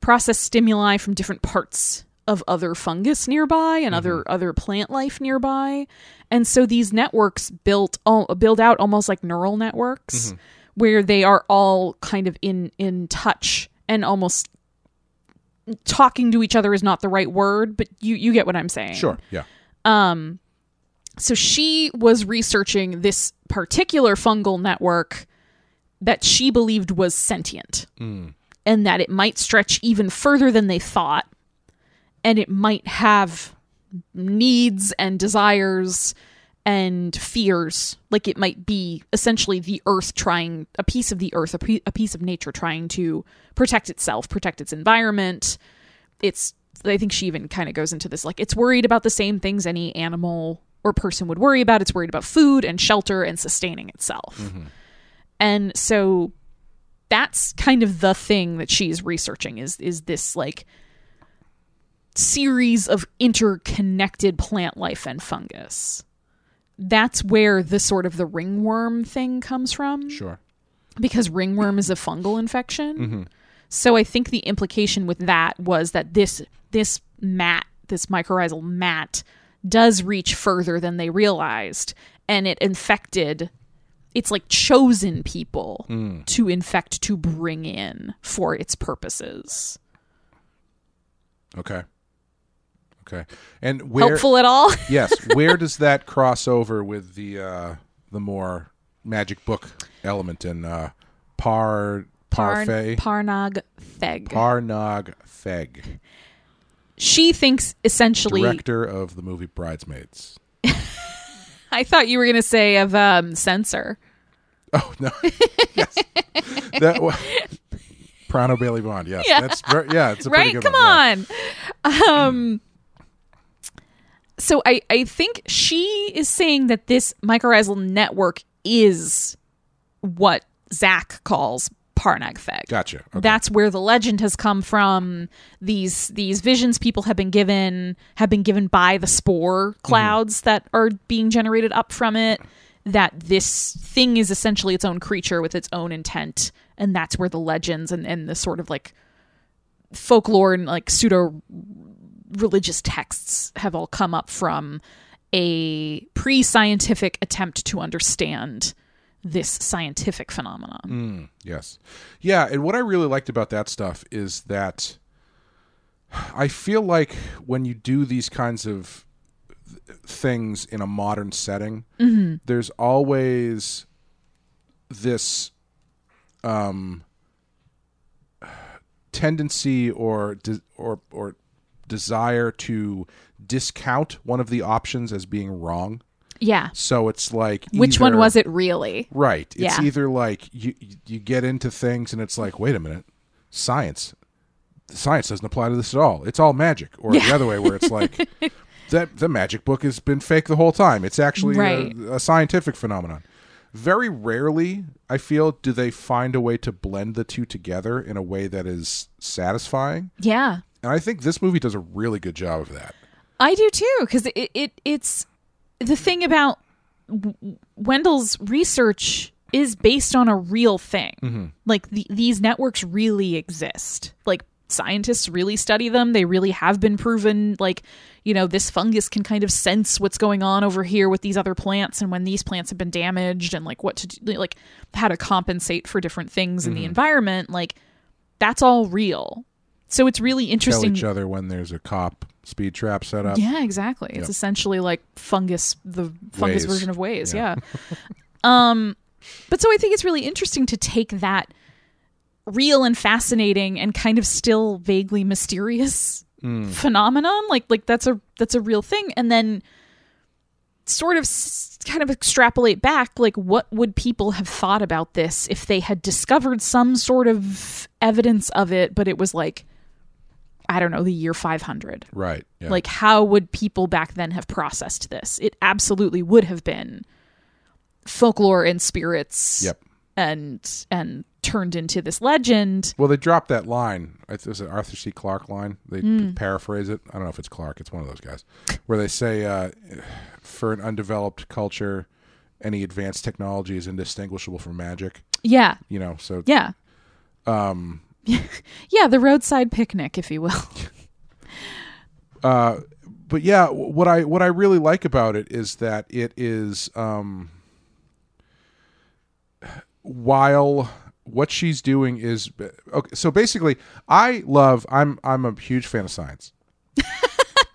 Speaker 2: process stimuli from different parts of other fungus nearby and other other plant life nearby and so these networks built all, build out almost like neural networks where they are all kind of in in touch and almost talking to each other is not the right word but you you get what i'm saying
Speaker 1: Sure. Yeah.
Speaker 2: so she was researching this particular fungal network that she believed was sentient and that it might stretch even further than they thought and it might have needs and desires and fears like it might be essentially the earth trying a piece of the earth a, pe- a piece of nature trying to protect itself protect its environment it's i think she even kind of goes into this like it's worried about the same things any animal or person would worry about it's worried about food and shelter and sustaining itself and so that's kind of the thing that she's researching is is this like series of interconnected plant life and fungus that's where the sort of the ringworm thing comes from
Speaker 1: Sure.
Speaker 2: because ringworm is a fungal infection. So I think the implication with that was that this this mat, this mycorrhizal mat, does reach further than they realized, and it infected. It's like chosen people
Speaker 1: Hmm.
Speaker 2: to infect to bring in for its purposes.
Speaker 1: Okay. Okay. And where?
Speaker 2: Helpful at all?
Speaker 1: yes. Where does that cross over with the uh, the more magic book element in uh, par [laughs] parfait
Speaker 2: Parnog Feg.
Speaker 1: Parnog Feg,
Speaker 2: she thinks essentially.
Speaker 1: director of the movie Bridesmaids?
Speaker 2: I thought you were going to say of um, censor.
Speaker 1: Oh no. [laughs] yes. That
Speaker 2: [laughs]
Speaker 1: was Prano Bailey Bond. Yes.
Speaker 2: Yeah.
Speaker 1: That's ver- yeah. It's a pretty
Speaker 2: right
Speaker 1: good
Speaker 2: come
Speaker 1: one, yeah.
Speaker 2: on um so i i think she is saying that this mycorrhizal network is what zach calls parnagfeg
Speaker 1: Gotcha. Okay.
Speaker 2: that's where the legend has come from these these visions people have been given have been given by the spore clouds that are being generated up from it that this thing is essentially its own creature with its own intent and that's where the legends and, and the sort of like folklore and like pseudo religious texts have all come up from a pre-scientific attempt to understand this scientific phenomenon
Speaker 1: Yes. Yeah, and what I really liked about that stuff is that I feel like when you do these kinds of th- things in a modern setting,
Speaker 2: Mm-hmm.
Speaker 1: there's always this um tendency or de- or or desire to discount one of the options as being wrong.
Speaker 2: yeah
Speaker 1: So it's like
Speaker 2: Which one
Speaker 1: either-
Speaker 2: was it really?
Speaker 1: Right. It's
Speaker 2: Yeah.
Speaker 1: either like you you get into things and it's like, wait a minute, science, science doesn't apply to this at all. It's all magic, or the other way where it's
Speaker 2: [laughs]
Speaker 1: like that the magic book has been fake the whole time. It's actually a-
Speaker 2: Right.
Speaker 1: a, scientific phenomenon. Very rarely, I feel, do they find a way to blend the two together in a way that is satisfying.
Speaker 2: Yeah.
Speaker 1: And I think this movie does a really good job of that.
Speaker 2: I do too cuz it, it it's the thing about W- Wendell's research is based on a real thing. Like the, these networks really exist. Like scientists really study them. They really have been proven like you know this fungus can kind of sense what's going on over here with these other plants and when these plants have been damaged and like what to do, like how to compensate for different things in the environment like that's all real. So it's really
Speaker 1: Tell
Speaker 2: interesting
Speaker 1: each other when there's a cop speed trap set up.
Speaker 2: Yeah, exactly. It's essentially like fungus, the fungus
Speaker 1: Waze.
Speaker 2: version of ways. Yeah.
Speaker 1: Yeah.
Speaker 2: um, [laughs] but so I think it's really interesting to take that real and fascinating and kind of still vaguely mysterious phenomenon. Like, like that's a that's a real thing, and then sort of s- kind of extrapolate back like what would people have thought about this if they had discovered some sort of evidence of it but it was like i don't know the year 500
Speaker 1: Right. Yeah.
Speaker 2: like, how would people back then have processed this? It absolutely would have been folklore and spirits
Speaker 1: Yep.
Speaker 2: and and turned into this legend.
Speaker 1: Well, they dropped that line. I think It was an Arthur C. Clarke line. They
Speaker 2: Hmm.
Speaker 1: paraphrase it. I don't know if it's Clarke. It's one of those guys where they say, uh, "For an undeveloped culture, any advanced technology is indistinguishable from magic."
Speaker 2: Yeah.
Speaker 1: You know, so
Speaker 2: Yeah. Um
Speaker 1: Um,
Speaker 2: [laughs] Yeah, the roadside picnic, if you will.
Speaker 1: [laughs] but yeah, w- what I what I really like about it is that it is um while what she's doing is uh, okay, so basically I love I'm I'm a huge fan of science.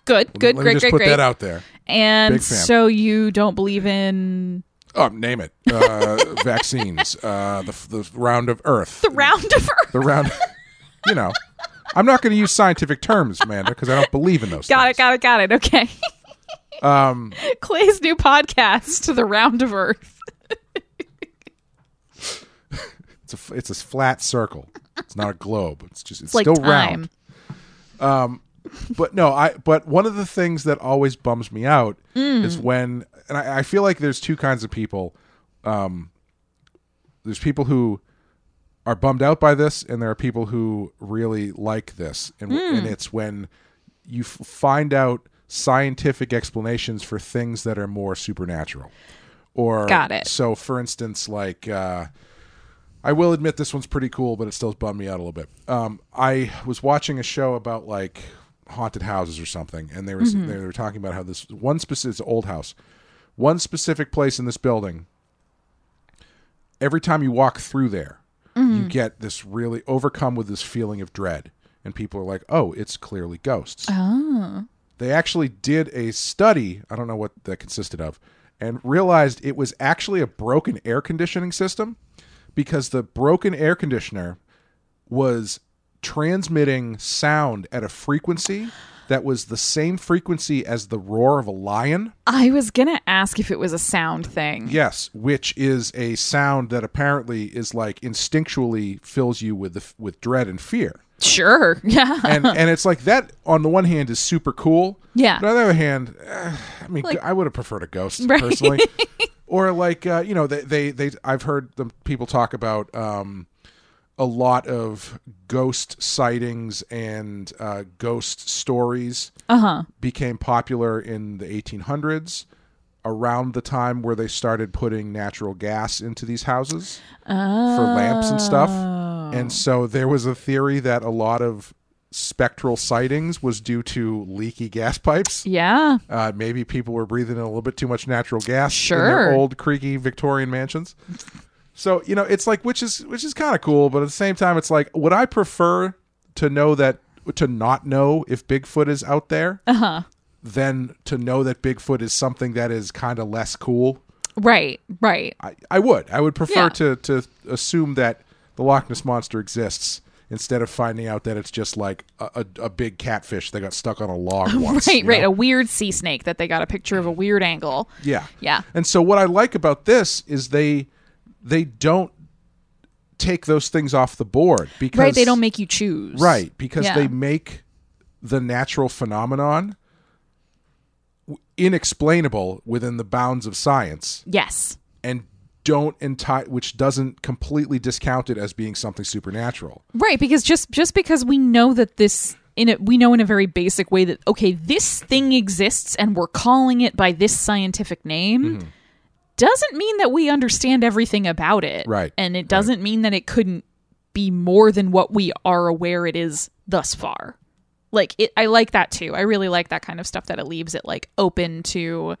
Speaker 2: Good, good,
Speaker 1: Let me
Speaker 2: great,
Speaker 1: just
Speaker 2: great,
Speaker 1: put
Speaker 2: great.
Speaker 1: that out there. Big
Speaker 2: And
Speaker 1: fan.
Speaker 2: so you don't believe in
Speaker 1: Oh, name it.
Speaker 2: [laughs]
Speaker 1: Uh, vaccines, uh, the the round of earth.
Speaker 2: the round of earth. [laughs]
Speaker 1: The round you know. I'm not going to use scientific terms, Amanda, because I don't believe in those.
Speaker 2: Got
Speaker 1: things.
Speaker 2: it, got it, got it. Okay. [laughs] Um Clay's new podcast, The Round of Earth.
Speaker 1: It's a f- it's a flat circle. It's not a globe. It's just it's,
Speaker 2: It's like
Speaker 1: still round. Um,
Speaker 2: time.
Speaker 1: but no, I but one of the things that always bums me out
Speaker 2: Hmm.
Speaker 1: is when and I, I feel like there's two kinds of people. Um there's people who are bummed out by this and there are people who really like this. And
Speaker 2: Hmm.
Speaker 1: and it's when you f- find out scientific explanations for things that are more supernatural. Or
Speaker 2: Got it.
Speaker 1: So for instance like uh I will admit this one's pretty cool, but it still bummed me out a little bit. Um, I was watching a show about like haunted houses or something, and they were
Speaker 2: Mm-hmm.
Speaker 1: they were talking about how this one specific it's an old house, one specific place in this building. Every time you walk through there, you get this really overcome with this feeling of dread, and people are like, "Oh, it's clearly ghosts." they actually did a study i don't know what that consisted of and realized it was actually a broken air conditioning system because the broken air conditioner was transmitting sound at a frequency that was the same frequency as the roar of a lion
Speaker 2: I was gonna ask if it was a sound thing.
Speaker 1: yes which is a sound that apparently is like instinctually fills you with the, with dread and
Speaker 2: [laughs]
Speaker 1: fear
Speaker 2: Sure. Yeah.
Speaker 1: and and it's like that on the one hand is super cool.
Speaker 2: Yeah.
Speaker 1: But on the other hand, eh, I mean,
Speaker 2: Like-
Speaker 1: I would have preferred a ghost
Speaker 2: [laughs] Right.
Speaker 1: personally. Or like uh, you know they, they they I've heard them people talk about um, a lot of ghost sightings and uh, ghost stories became popular in the 1800s around the time where they started putting natural gas into these houses for lamps and stuff. And so there was a theory that a lot of spectral sightings was due to leaky gas pipes.
Speaker 2: Yeah.
Speaker 1: Uh, maybe people were breathing in a little bit too much natural gas in
Speaker 2: Sure.
Speaker 1: their old creaky Victorian mansions. So you know, it's like which is which is kind of cool, but at the same time, it's like would I prefer to know that to not know if Bigfoot is out there, uh-huh. than to know that Bigfoot is something that is kind of less cool.
Speaker 2: Right. Right.
Speaker 1: I, I would. I would prefer
Speaker 2: Yeah.
Speaker 1: to to assume that the Loch Ness monster exists instead of finding out that it's just like a, a, a big catfish that got stuck on a
Speaker 2: [laughs]
Speaker 1: log once.
Speaker 2: Right,
Speaker 1: you
Speaker 2: right.
Speaker 1: know?
Speaker 2: A weird sea snake that they got a picture of a weird angle.
Speaker 1: Yeah.
Speaker 2: Yeah.
Speaker 1: And so what I like about this is they they don't take those things off the board because
Speaker 2: Right, they don't make you choose.
Speaker 1: Right, because
Speaker 2: Yeah.
Speaker 1: they make the natural phenomenon w- inexplainable within the bounds of science
Speaker 2: Yes.
Speaker 1: and don't enti- which doesn't completely discount it as being something supernatural.
Speaker 2: Right, because just just because we know that this in it we know in a very basic way that okay, this thing exists and we're calling it by this scientific name
Speaker 1: Mm-hmm.
Speaker 2: doesn't mean that we understand everything about it.
Speaker 1: Right,
Speaker 2: And it doesn't mean that it couldn't be more than what we are aware it is thus far. Like it I like that too. I really like that kind of stuff that it leaves it like open to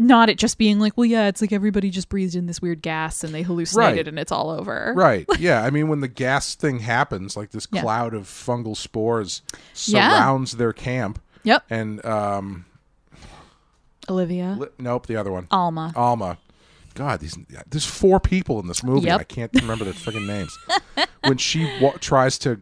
Speaker 2: not it just being like, well, yeah, it's like everybody just breathed in this weird gas and they hallucinated
Speaker 1: Right.
Speaker 2: and it's all over. [laughs]
Speaker 1: Right. Yeah. I mean, when the gas thing happens, like this
Speaker 2: Yeah.
Speaker 1: cloud of fungal spores
Speaker 2: Yeah.
Speaker 1: surrounds their camp.
Speaker 2: Yep.
Speaker 1: And um,
Speaker 2: Olivia.
Speaker 1: li- nope, the other one.
Speaker 2: Alma.
Speaker 1: Alma. God, these there's four people in this movie.
Speaker 2: Yep.
Speaker 1: I can't remember their freaking names. [laughs] When she wa- tries to,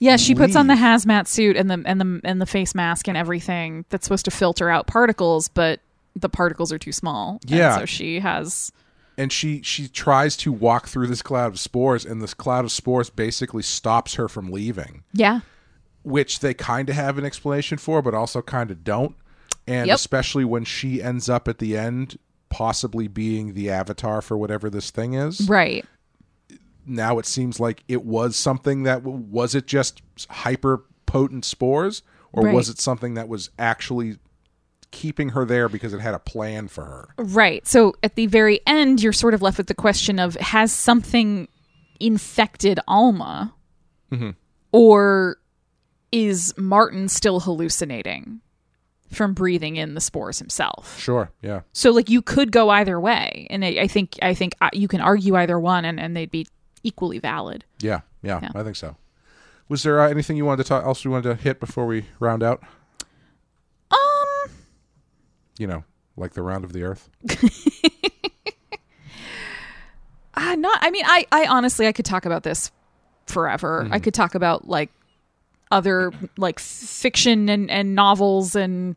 Speaker 2: Yeah, she puts on the
Speaker 1: leave.
Speaker 2: hazmat suit and the and the and the face mask and everything that's supposed to filter out particles, but the particles are too small. And
Speaker 1: Yeah.
Speaker 2: so she has
Speaker 1: and she she tries to walk through this cloud of spores, and this cloud of spores basically stops her from leaving,
Speaker 2: Yeah.
Speaker 1: which they kind of have an explanation for, but also kind of don't. And
Speaker 2: Yep.
Speaker 1: especially when she ends up at the end, possibly being the avatar for whatever this thing is.
Speaker 2: Right.
Speaker 1: now it seems like it was something that w- was it just hyper potent spores or
Speaker 2: Right.
Speaker 1: was it something that was actually keeping her there because it had a plan for her
Speaker 2: Right. So at the very end, you're sort of left with the question of has something infected Alma? Or is Martin still hallucinating from breathing in the spores himself?
Speaker 1: sure yeah
Speaker 2: So like you could go either way, and I, I think I think uh, you can argue either one, and, and they'd be equally valid.
Speaker 1: yeah yeah,
Speaker 2: Yeah.
Speaker 1: i think so was there uh, anything you wanted to talk else you wanted to hit before we round out
Speaker 2: Um,
Speaker 1: you know like the round of the earth
Speaker 2: I Uh, not. I mean, I I honestly I could talk about this forever.
Speaker 1: Mm-hmm.
Speaker 2: I could talk about like other like f- fiction and and novels and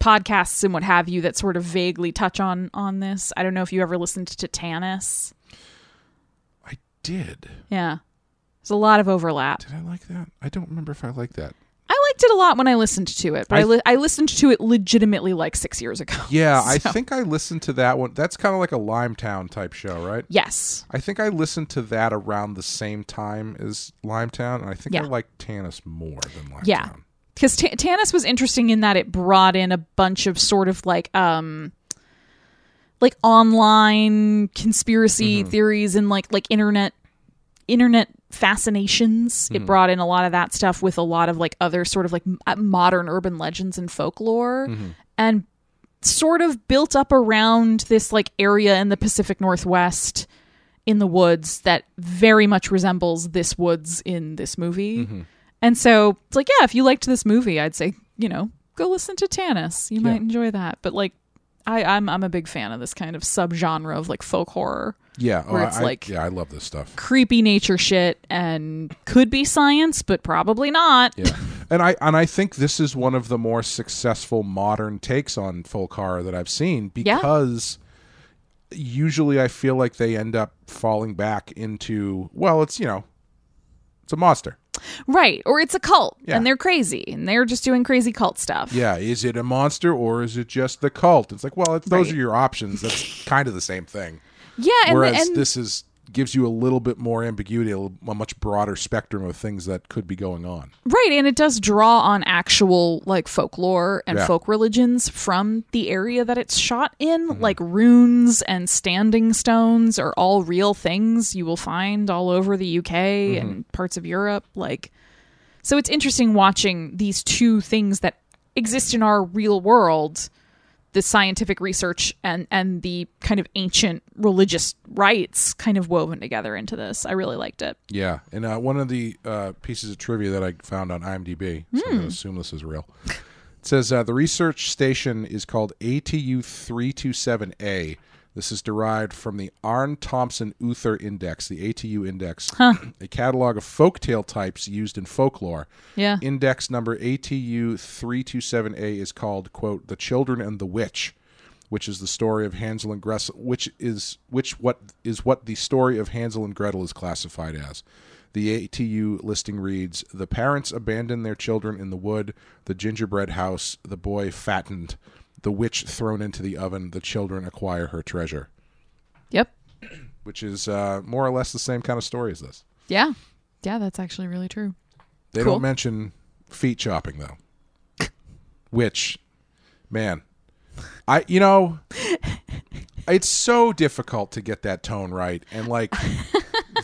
Speaker 2: podcasts and what have you that sort of vaguely touch on on this. I don't know if you ever listened to Tanis.
Speaker 1: i did
Speaker 2: Yeah, there's a lot of overlap.
Speaker 1: did i like that i don't remember if i like that
Speaker 2: I liked it a lot when I listened to it, but I
Speaker 1: I-
Speaker 2: li- I listened to it legitimately like six years ago.
Speaker 1: yeah i
Speaker 2: [laughs] So-
Speaker 1: think i listened to that one that's kind of like a limetown type show right
Speaker 2: Yes.
Speaker 1: I think I listened to that around the same time as Limetown, and I think I
Speaker 2: Yeah.
Speaker 1: like Tanis more than Limetown.
Speaker 2: Yeah. Because Ta Tanis was interesting in that it brought in a bunch of sort of like, um, like online conspiracy theories and like like internet internet fascinations. It brought in a lot of that stuff with a lot of like other sort of like m- uh, modern urban legends and folklore, and sort of built up around this like area in the Pacific Northwest in the woods that very much resembles this woods in this movie. And so it's like, yeah, if you liked this movie, I'd say, you know, go listen to Tanis. You might enjoy that. But like I, I'm I'm a big fan of this kind of subgenre of like folk horror.
Speaker 1: Yeah, oh,
Speaker 2: Where it's
Speaker 1: I,
Speaker 2: like-
Speaker 1: yeah, I love this [laughs] stuff.
Speaker 2: Creepy nature shit and could be science, but probably not.
Speaker 1: Yeah, and I and I think this is one of the more successful modern takes on folk horror that I've seen
Speaker 2: Yeah.
Speaker 1: because usually I feel like they end up falling back into well, it's you know, it's a monster.
Speaker 2: Right. Or it's a cult
Speaker 1: Yeah.
Speaker 2: and they're crazy and they're just doing crazy cult stuff.
Speaker 1: Yeah, is it a monster or is it just the cult? It's like well, it's, those
Speaker 2: Right.
Speaker 1: are your options.
Speaker 2: [laughs]
Speaker 1: That's kind of the same thing.
Speaker 2: Yeah. And,
Speaker 1: Whereas
Speaker 2: and
Speaker 1: this is gives you a little bit more ambiguity, a, little- a much broader spectrum of things that could be going on.
Speaker 2: Right, and it does draw on actual like folklore and
Speaker 1: Yeah.
Speaker 2: folk religions from the area that it's shot in. Like runes and standing stones are all real things you will find all over the UK and parts of Europe. Like, so it's interesting watching these two things that exist in our real world the scientific research and and the kind of ancient religious rites kind of woven together into this. I really liked it.
Speaker 1: Yeah, and uh, one of the uh, pieces of trivia that I found on IMDb, so I'm going
Speaker 2: Hmm.
Speaker 1: to assume this is real. It says uh, the research station is called ATU 327A. This is derived from the Arne Thompson Uther Index, the ATU Index, a catalog of folktale types used in folklore.
Speaker 2: Yeah.
Speaker 1: Index number ATU 327A is called, quote, The Children and the Witch, which is the story of Hansel and Gretel, which is which what is what the story of Hansel and Gretel is classified as. The ATU listing reads, The parents abandon their children in the wood, the gingerbread house, the boy fattened, the witch thrown into the oven, the children acquire her treasure.
Speaker 2: Yep.
Speaker 1: Which is uh, more or less the same kind of story as this.
Speaker 2: Yeah. Yeah, that's actually really true.
Speaker 1: They
Speaker 2: Cool.
Speaker 1: don't mention feet chopping though. Which, man, I you know, it's so difficult to get that tone right, and
Speaker 2: [laughs]
Speaker 1: like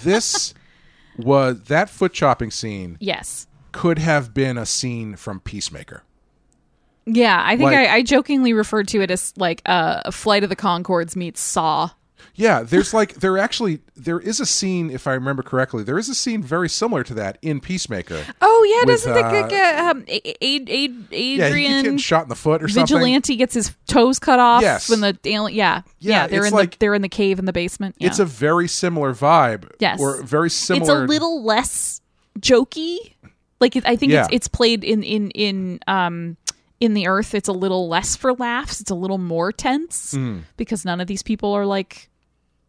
Speaker 1: this was that foot chopping scene
Speaker 2: Yes.
Speaker 1: could have been a scene from Peacemaker.
Speaker 2: Yeah, I think
Speaker 1: Like-
Speaker 2: I, I jokingly referred to it as like uh, a Flight of the Concords meets Saw.
Speaker 1: Yeah, there's like there actually there is a scene if I remember correctly, there is a scene very similar to that in Peacemaker.
Speaker 2: Oh yeah,
Speaker 1: With,
Speaker 2: doesn't the
Speaker 1: uh,
Speaker 2: g- g- um, A- A- A-
Speaker 1: Yeah, he keeps
Speaker 2: Adrian
Speaker 1: getting shot in the foot or something.
Speaker 2: vigilante gets his toes cut off
Speaker 1: Yes.
Speaker 2: when the alien? Yeah, yeah,
Speaker 1: Yeah,
Speaker 2: they're
Speaker 1: it's
Speaker 2: in the
Speaker 1: like-
Speaker 2: they're in the cave in the basement. Yeah.
Speaker 1: It's a very similar vibe.
Speaker 2: Yes.
Speaker 1: Or very
Speaker 2: it's a
Speaker 1: similar
Speaker 2: little less jokey. Like it, I think it's
Speaker 1: Yeah.
Speaker 2: it's played in in in um in the Earth. It's a little less for laughs. It's a little more tense
Speaker 1: Hmm.
Speaker 2: because none of these people are like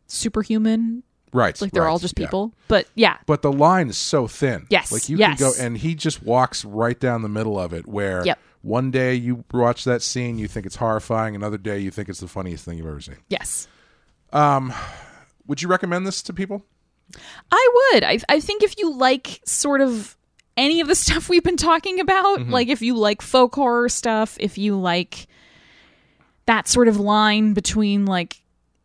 Speaker 2: superhuman
Speaker 1: Right.
Speaker 2: like they're
Speaker 1: right,
Speaker 2: all just
Speaker 1: yeah.
Speaker 2: people. But yeah,
Speaker 1: But the line is so thin.
Speaker 2: Yes,
Speaker 1: Like you
Speaker 2: yes.
Speaker 1: can go and he just walks right down the middle of it where
Speaker 2: Yep.
Speaker 1: one day you watch that scene, you think it's horrifying, another day you think it's the funniest thing you've ever seen.
Speaker 2: yes,
Speaker 1: Would you recommend this to people?
Speaker 2: I would. I, I think if you like sort of any of the [laughs] stuff we've been talking about,
Speaker 1: Mm-hmm.
Speaker 2: like if you like folk horror stuff, if you like that sort of line between like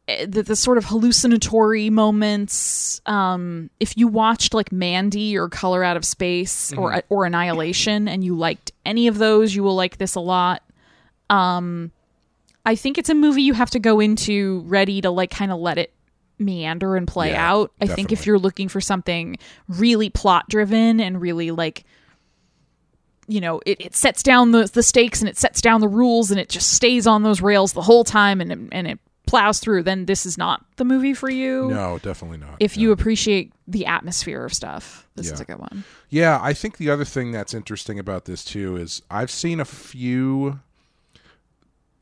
Speaker 2: eh, the, the sort of hallucinatory moments, um, if you watched like Mandy or Color Out of Space
Speaker 1: Mm-hmm.
Speaker 2: or or Annihilation and you liked any of those, you will like this a lot. Um, I think it's a movie you have to go into ready to like kind of let it meander and play
Speaker 1: Yeah,
Speaker 2: out. I think if
Speaker 1: definitely.
Speaker 2: you're looking for something really plot driven and really like you know, it, it sets down the the stakes and it sets down the rules and it just stays on those rails the whole time and it- and it plows through, then this is not the movie for you.
Speaker 1: No, definitely not.
Speaker 2: If
Speaker 1: No.
Speaker 2: you appreciate the atmosphere of stuff, this is
Speaker 1: Yeah.
Speaker 2: a good one.
Speaker 1: Yeah, I think the other thing that's interesting about this too is I've seen a few.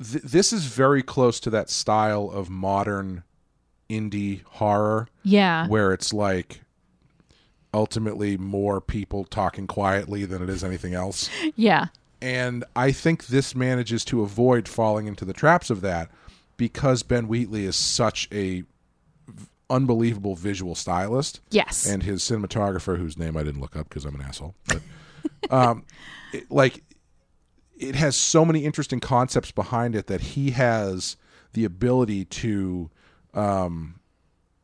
Speaker 1: Th- this is very close to that style of modern indie horror
Speaker 2: Yeah.
Speaker 1: where it's like ultimately more people talking quietly than it is anything else.
Speaker 2: Yeah.
Speaker 1: And I think this manages to avoid falling into the traps of that because Ben Wheatley is such a v- unbelievable visual stylist
Speaker 2: Yes.
Speaker 1: and his cinematographer, whose name I didn't look up because I'm an asshole. But [laughs] um, it, like, it has so many interesting concepts behind it that he has the ability to um,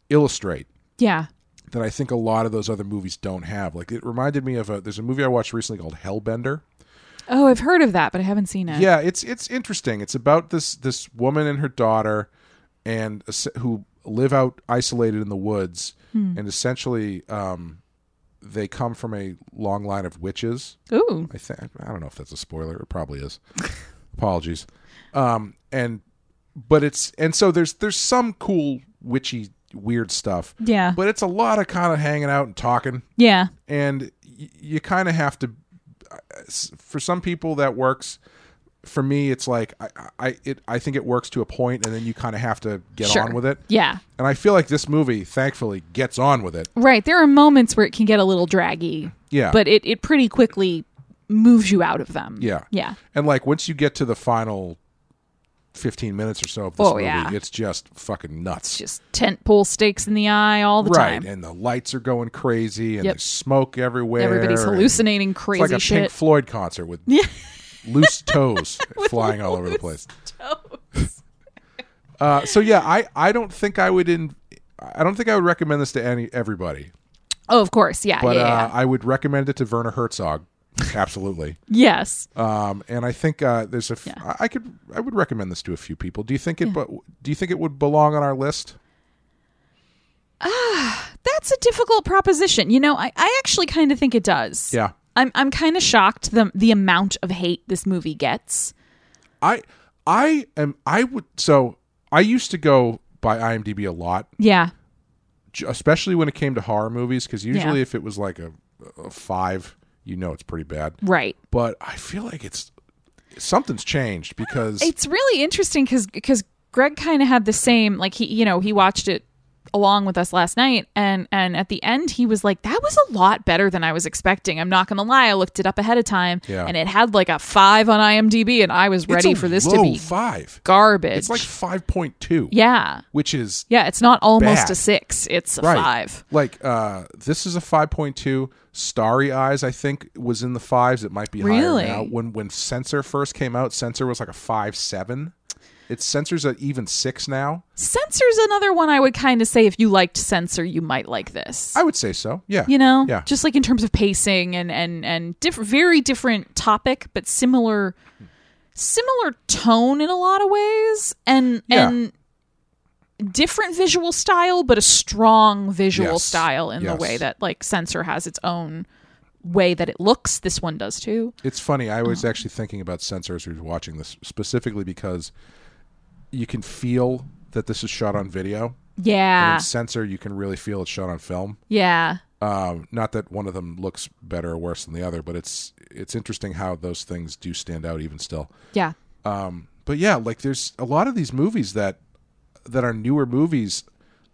Speaker 1: illustrate
Speaker 2: yeah.
Speaker 1: that I think a lot of those other movies don't have. Like, it reminded me of a there's a movie I watched recently called Hellbender.
Speaker 2: Oh, I've heard of that, but I haven't seen it.
Speaker 1: Yeah, it's it's interesting. It's about this this woman and her daughter, and es- who live out isolated in the woods, and essentially, um, they come from a long line of witches.
Speaker 2: Ooh.
Speaker 1: I think I don't know if that's a spoiler. It probably is. Apologies. Um, and but it's and so there's there's some cool witchy weird stuff.
Speaker 2: Yeah.
Speaker 1: But it's a lot of kind of hanging out and talking
Speaker 2: Yeah.
Speaker 1: and y- you kind of have to for some people that works for me it's like i i it, i think it works to a point and then you kind of have to get
Speaker 2: Sure.
Speaker 1: on with it
Speaker 2: Yeah.
Speaker 1: and i feel like this movie thankfully gets on with it
Speaker 2: Right. There are moments where it can get a little draggy.
Speaker 1: Yeah.
Speaker 2: But it, it pretty quickly moves you out of them.
Speaker 1: Yeah.
Speaker 2: Yeah.
Speaker 1: and like once you get to the final 15 minutes or so of this
Speaker 2: Oh,
Speaker 1: movie
Speaker 2: yeah.
Speaker 1: it's just fucking nuts
Speaker 2: Just tent pole stakes in the eye all the
Speaker 1: right
Speaker 2: time.
Speaker 1: and the lights are going crazy and
Speaker 2: Yep.
Speaker 1: there's smoke everywhere
Speaker 2: Everybody's
Speaker 1: and
Speaker 2: hallucinating
Speaker 1: it's
Speaker 2: crazy
Speaker 1: like a
Speaker 2: shit.
Speaker 1: pink floyd concert
Speaker 2: [laughs]
Speaker 1: with loose toes flying all over the place Uh, so yeah, I, I don't think I would in, I don't think I would recommend this to any everybody,
Speaker 2: [laughs] oh, of course. Yeah.
Speaker 1: but
Speaker 2: yeah,
Speaker 1: uh,
Speaker 2: yeah.
Speaker 1: I would recommend it to Werner Herzog,
Speaker 2: [laughs]
Speaker 1: absolutely.
Speaker 2: yes.
Speaker 1: Um, and I think uh, there's a f-
Speaker 2: Yeah.
Speaker 1: I- I could I would recommend this to a few people. Do you think it but do you think it would belong on our list?
Speaker 2: That's a difficult proposition. You know, I, I actually kind of think it does.
Speaker 1: Yeah,
Speaker 2: I'm I'm kind of shocked the the amount of hate this movie gets.
Speaker 1: I I am I would so I used to go by IMDb a lot,
Speaker 2: Yeah.
Speaker 1: j- especially when it came to horror movies, because usually
Speaker 2: Yeah.
Speaker 1: if it was like a, a five, you know, it's pretty bad.
Speaker 2: Right.
Speaker 1: But I feel like it's something's changed because
Speaker 2: It's really interesting because Greg kind of had the same like he you know he watched it along with us last night and and at the end he was like that was a lot better than I was expecting. I'm not gonna lie, I looked it up ahead of time
Speaker 1: Yeah.
Speaker 2: and it had like a five on IMDb and I was ready
Speaker 1: It's a
Speaker 2: for this to
Speaker 1: low
Speaker 2: be
Speaker 1: five.
Speaker 2: garbage.
Speaker 1: It's like five point two.
Speaker 2: yeah,
Speaker 1: which is
Speaker 2: yeah, it's not almost
Speaker 1: Bad.
Speaker 2: a six, it's a
Speaker 1: right.
Speaker 2: five.
Speaker 1: Like uh, this is a five point two. Starry Eyes, I think, was in the fives. It might be
Speaker 2: Really?
Speaker 1: higher now. When when Censor first came out, Censor was like a five seven. It's Censor's at even six now.
Speaker 2: Censor's another one I would kind of say if you liked Censor, you might like this.
Speaker 1: I would say so. Yeah.
Speaker 2: you know
Speaker 1: Yeah.
Speaker 2: just like in terms of pacing and and and diff- very different topic but similar similar tone in a lot of ways and
Speaker 1: Yeah.
Speaker 2: and different visual style but a strong visual
Speaker 1: Yes.
Speaker 2: style in
Speaker 1: Yes.
Speaker 2: the way that like censor has its own way that it looks this one does too
Speaker 1: It's funny. I
Speaker 2: Oh.
Speaker 1: was actually thinking about Censor as we were watching this specifically because you can feel that this is shot on video. And
Speaker 2: yeah
Speaker 1: in Censor, you can really feel it's shot on film.
Speaker 2: yeah
Speaker 1: Um, not that one of them looks better or worse than the other, but it's it's interesting how those things do stand out even still.
Speaker 2: yeah
Speaker 1: But yeah, like there's a lot of these movies that that are newer movies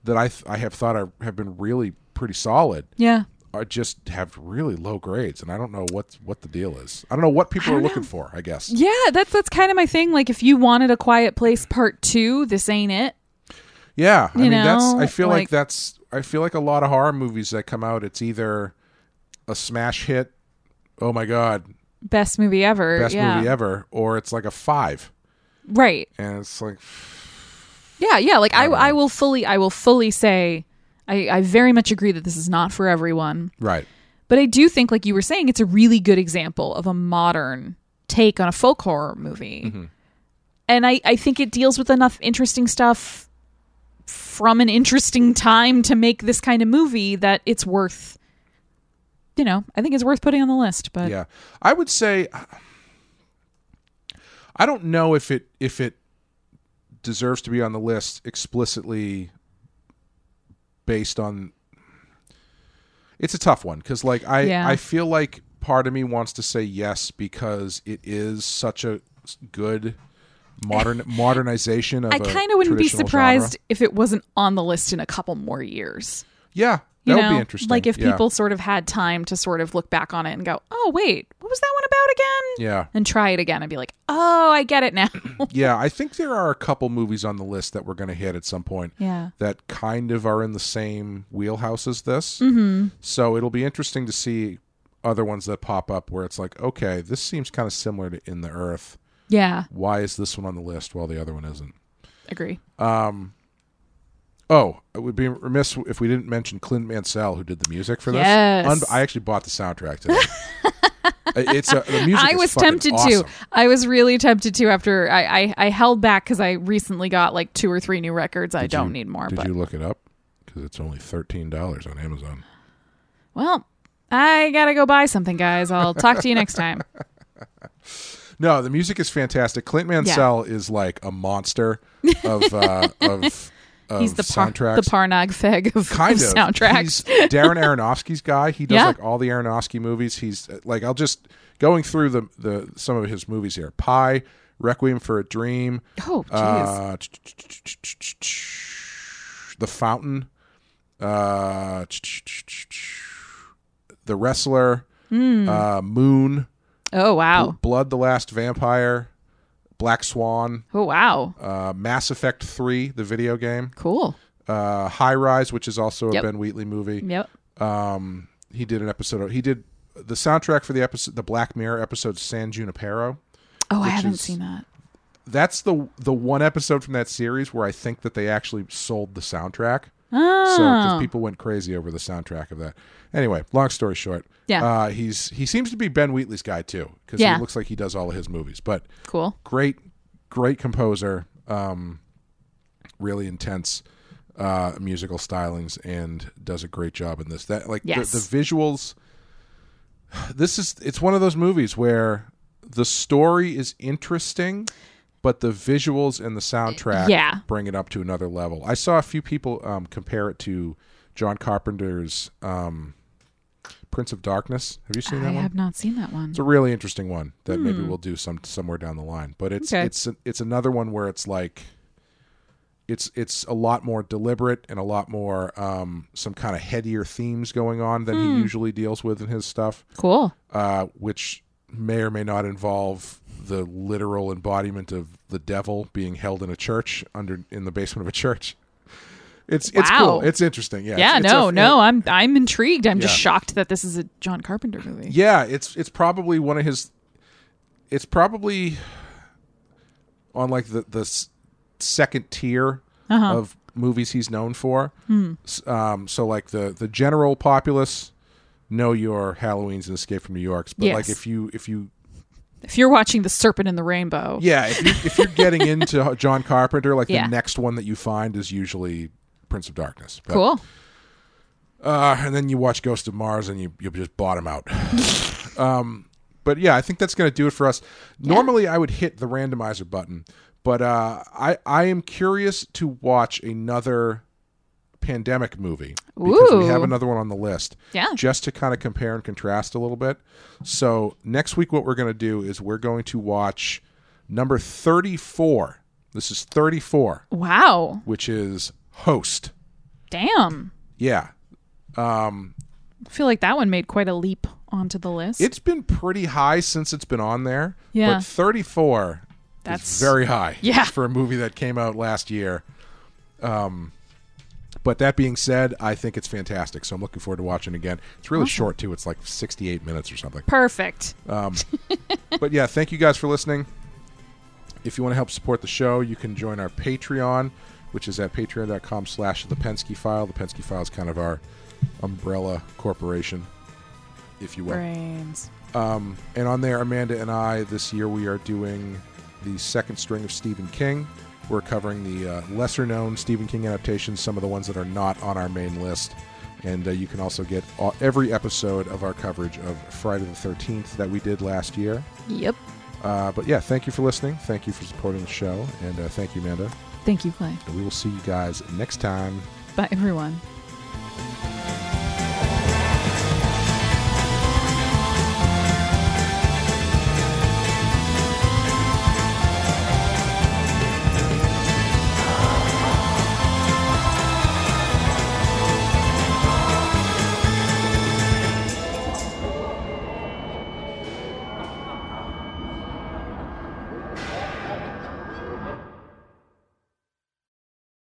Speaker 1: that I th- I have thought are, have been really pretty solid
Speaker 2: yeah
Speaker 1: are just have really low grades, and I don't know what what the deal is. I don't know what people are looking for. I guess
Speaker 2: yeah that's that's kind of my thing like if you wanted a quiet place part two this ain't it
Speaker 1: yeah. I
Speaker 2: You
Speaker 1: mean that's
Speaker 2: know,
Speaker 1: I feel like,
Speaker 2: like-
Speaker 1: that's I feel like a lot of horror movies that come out, it's either a smash hit, oh my god,
Speaker 2: Best movie ever.
Speaker 1: best
Speaker 2: yeah.
Speaker 1: movie ever, or it's like a five,
Speaker 2: Right.
Speaker 1: and it's like
Speaker 2: Yeah, yeah. Like I,
Speaker 1: Um,
Speaker 2: I will fully, I will fully say, I, I very much agree that this is not for everyone.
Speaker 1: right,
Speaker 2: But I do think, like you were saying, it's a really good example of a modern take on a folk horror movie.
Speaker 1: Mm-hmm.
Speaker 2: And I, I think it deals with enough interesting stuff from an interesting time to make this kind of movie that it's worth, you know, I think it's worth putting on the list. But
Speaker 1: yeah. I would say I don't know if it if it deserves to be on the list explicitly based on it's a tough one because like I
Speaker 2: Yeah.
Speaker 1: I feel like part of me wants to say yes because it is such a good modern modernization of
Speaker 2: I
Speaker 1: a
Speaker 2: kind of wouldn't be
Speaker 1: traditional genre.
Speaker 2: surprised if it wasn't on the list in a couple more years.
Speaker 1: Yeah, that
Speaker 2: You
Speaker 1: would
Speaker 2: know,
Speaker 1: be interesting.
Speaker 2: like if
Speaker 1: Yeah.
Speaker 2: people sort of had time to sort of look back on it and go, "Oh, wait, what was that one about again?"
Speaker 1: Yeah.
Speaker 2: and try it again and be like, "Oh, I get
Speaker 1: [laughs]
Speaker 2: it now."
Speaker 1: Yeah, I think there are a couple movies on the list that we're going to hit at some point.
Speaker 2: Yeah.
Speaker 1: That kind of are in the same wheelhouse as this. Mm-hmm. So it'll be interesting to see other ones that pop up where it's like, okay, this seems kind of similar to In the Earth.
Speaker 2: yeah,
Speaker 1: Why is this one on the list while the other one isn't?
Speaker 2: agree.
Speaker 1: Oh, it would be remiss if we didn't mention Clint Mansell, who did the music for this.
Speaker 2: Yes.
Speaker 1: I actually bought the soundtrack
Speaker 2: [laughs]
Speaker 1: today. it's a, the music.
Speaker 2: I
Speaker 1: is
Speaker 2: was
Speaker 1: fucking
Speaker 2: tempted
Speaker 1: awesome.
Speaker 2: to. I was really tempted to after I I, I held back because I recently got like two or three new records. I don't
Speaker 1: you-
Speaker 2: need more.
Speaker 1: Did
Speaker 2: But
Speaker 1: you look it up? Because it's only thirteen dollars on Amazon.
Speaker 2: well, I gotta go buy something,
Speaker 1: [laughs]
Speaker 2: guys. I'll talk to you next time.
Speaker 1: No, the music is fantastic. Clint Mansell is like a monster of
Speaker 2: [laughs]
Speaker 1: uh, of, of
Speaker 2: He's the par-
Speaker 1: soundtracks.
Speaker 2: the Parnag Feg of,
Speaker 1: kind
Speaker 2: of
Speaker 1: of
Speaker 2: soundtracks.
Speaker 1: He's Darren Aronofsky's guy. He does
Speaker 2: Yeah.
Speaker 1: like all the Aronofsky movies. He's uh, like I'll just going through the the some of his movies here. Pie, Requiem for a Dream.
Speaker 2: Oh, jeez.
Speaker 1: uh, The Fountain. Uh, the Wrestler.
Speaker 2: Hmm.
Speaker 1: Uh, Moon.
Speaker 2: oh wow.
Speaker 1: Blood, the Last Vampire, Black Swan,
Speaker 2: Oh wow.
Speaker 1: uh, Mass Effect Three, the video game,
Speaker 2: Cool.
Speaker 1: uh, High Rise, which is also a
Speaker 2: Yep.
Speaker 1: Ben Wheatley movie.
Speaker 2: Yep.
Speaker 1: Um, he did an episode. He did the soundtrack for the episode, the Black Mirror episode, San Junipero.
Speaker 2: Oh, I
Speaker 1: which
Speaker 2: haven't
Speaker 1: is-
Speaker 2: seen that.
Speaker 1: That's the the one episode from that series where I think that they actually sold the soundtrack.
Speaker 2: Oh.
Speaker 1: So because people went crazy over the soundtrack of that. Anyway, long story short,
Speaker 2: Yeah.
Speaker 1: uh, he's he seems to be Ben Wheatley's guy too because
Speaker 2: Yeah.
Speaker 1: he looks like he does all of his movies, but.
Speaker 2: cool.
Speaker 1: great great composer um really intense uh musical stylings and does a great job in this that like
Speaker 2: Yes.
Speaker 1: the, the visuals this is it's one of those movies where the story is interesting but the visuals and the soundtrack
Speaker 2: Yeah.
Speaker 1: bring it up to another level i saw a few people um compare it to john carpenter's um prince of darkness have you seen
Speaker 2: I
Speaker 1: that one
Speaker 2: have not seen that one.
Speaker 1: it's a really interesting one that maybe we'll do some somewhere down the line. But it's
Speaker 2: Hmm. Okay.
Speaker 1: it's it's another one where it's like it's it's a lot more deliberate and a lot more um, some kind of headier themes going on than
Speaker 2: Hmm.
Speaker 1: he usually deals with in his stuff,
Speaker 2: Cool.
Speaker 1: uh, which may or may not involve the literal embodiment of the devil being held in a church under in the basement of a church. It's it's
Speaker 2: Wow.
Speaker 1: cool. It's interesting. Yeah.
Speaker 2: Yeah,
Speaker 1: It's- it's
Speaker 2: no,
Speaker 1: a-
Speaker 2: no, I'm I'm intrigued. I'm just
Speaker 1: Yeah.
Speaker 2: shocked that this is a John Carpenter movie.
Speaker 1: Yeah, it's it's probably one of his. It's probably on like the the s- second tier
Speaker 2: Uh-huh.
Speaker 1: of movies he's known for.
Speaker 2: Hmm.
Speaker 1: S- Um, so like the the general populace know your Halloween's and Escape from New York's, but like
Speaker 2: Yes.
Speaker 1: if you if you
Speaker 2: If you're watching The Serpent in the Rainbow,
Speaker 1: yeah if, you, if you're getting into John Carpenter, like
Speaker 2: Yeah.
Speaker 1: the next one that you find is usually Prince of Darkness. But,
Speaker 2: cool.
Speaker 1: Uh, and then you watch Ghost of Mars and you you just bottom out. [laughs] um, but yeah, I think that's going to do it for us. Normally, I would hit the randomizer button, but uh, I I am curious to watch another pandemic movie because we have
Speaker 2: Ooh.
Speaker 1: another one on the list.
Speaker 2: Yeah.
Speaker 1: just to kind of compare and contrast a little bit. So next week, what we're going to do is we're going to watch number thirty four. This is thirty four,
Speaker 2: Wow.
Speaker 1: which is Host.
Speaker 2: Damn.
Speaker 1: Yeah, Um,
Speaker 2: I feel like that one made quite a leap onto the list.
Speaker 1: It's been pretty high since it's been on there.
Speaker 2: Yeah.
Speaker 1: But 34
Speaker 2: That's
Speaker 1: is very high
Speaker 2: [laughs] Yeah.
Speaker 1: for a movie that came out last year. Um, But that being said, I think it's fantastic. So I'm looking forward to watching again. It's really short too. It's like 68 minutes or something. [laughs]
Speaker 2: Perfect.
Speaker 1: Uh-huh. but yeah, thank you guys for listening. If you want to help support the show, you can join our Patreon, which is at patreon.com slash the Penske File. The Penske File is kind of our umbrella corporation, if you will.
Speaker 2: Brains.
Speaker 1: Um, And on there, Amanda and I, this year we are doing the second string of Stephen King. We're covering the uh, lesser known Stephen King adaptations, some of the ones that are not on our main list. And uh, you can also get all, every episode of our coverage of Friday the 13th that we did last year.
Speaker 2: Yep.
Speaker 1: Uh, but yeah, thank you for listening. Thank you for supporting the show. And uh, thank you, Amanda.
Speaker 2: Thank you, Clay.
Speaker 1: And we will see you guys next time.
Speaker 2: Bye, everyone.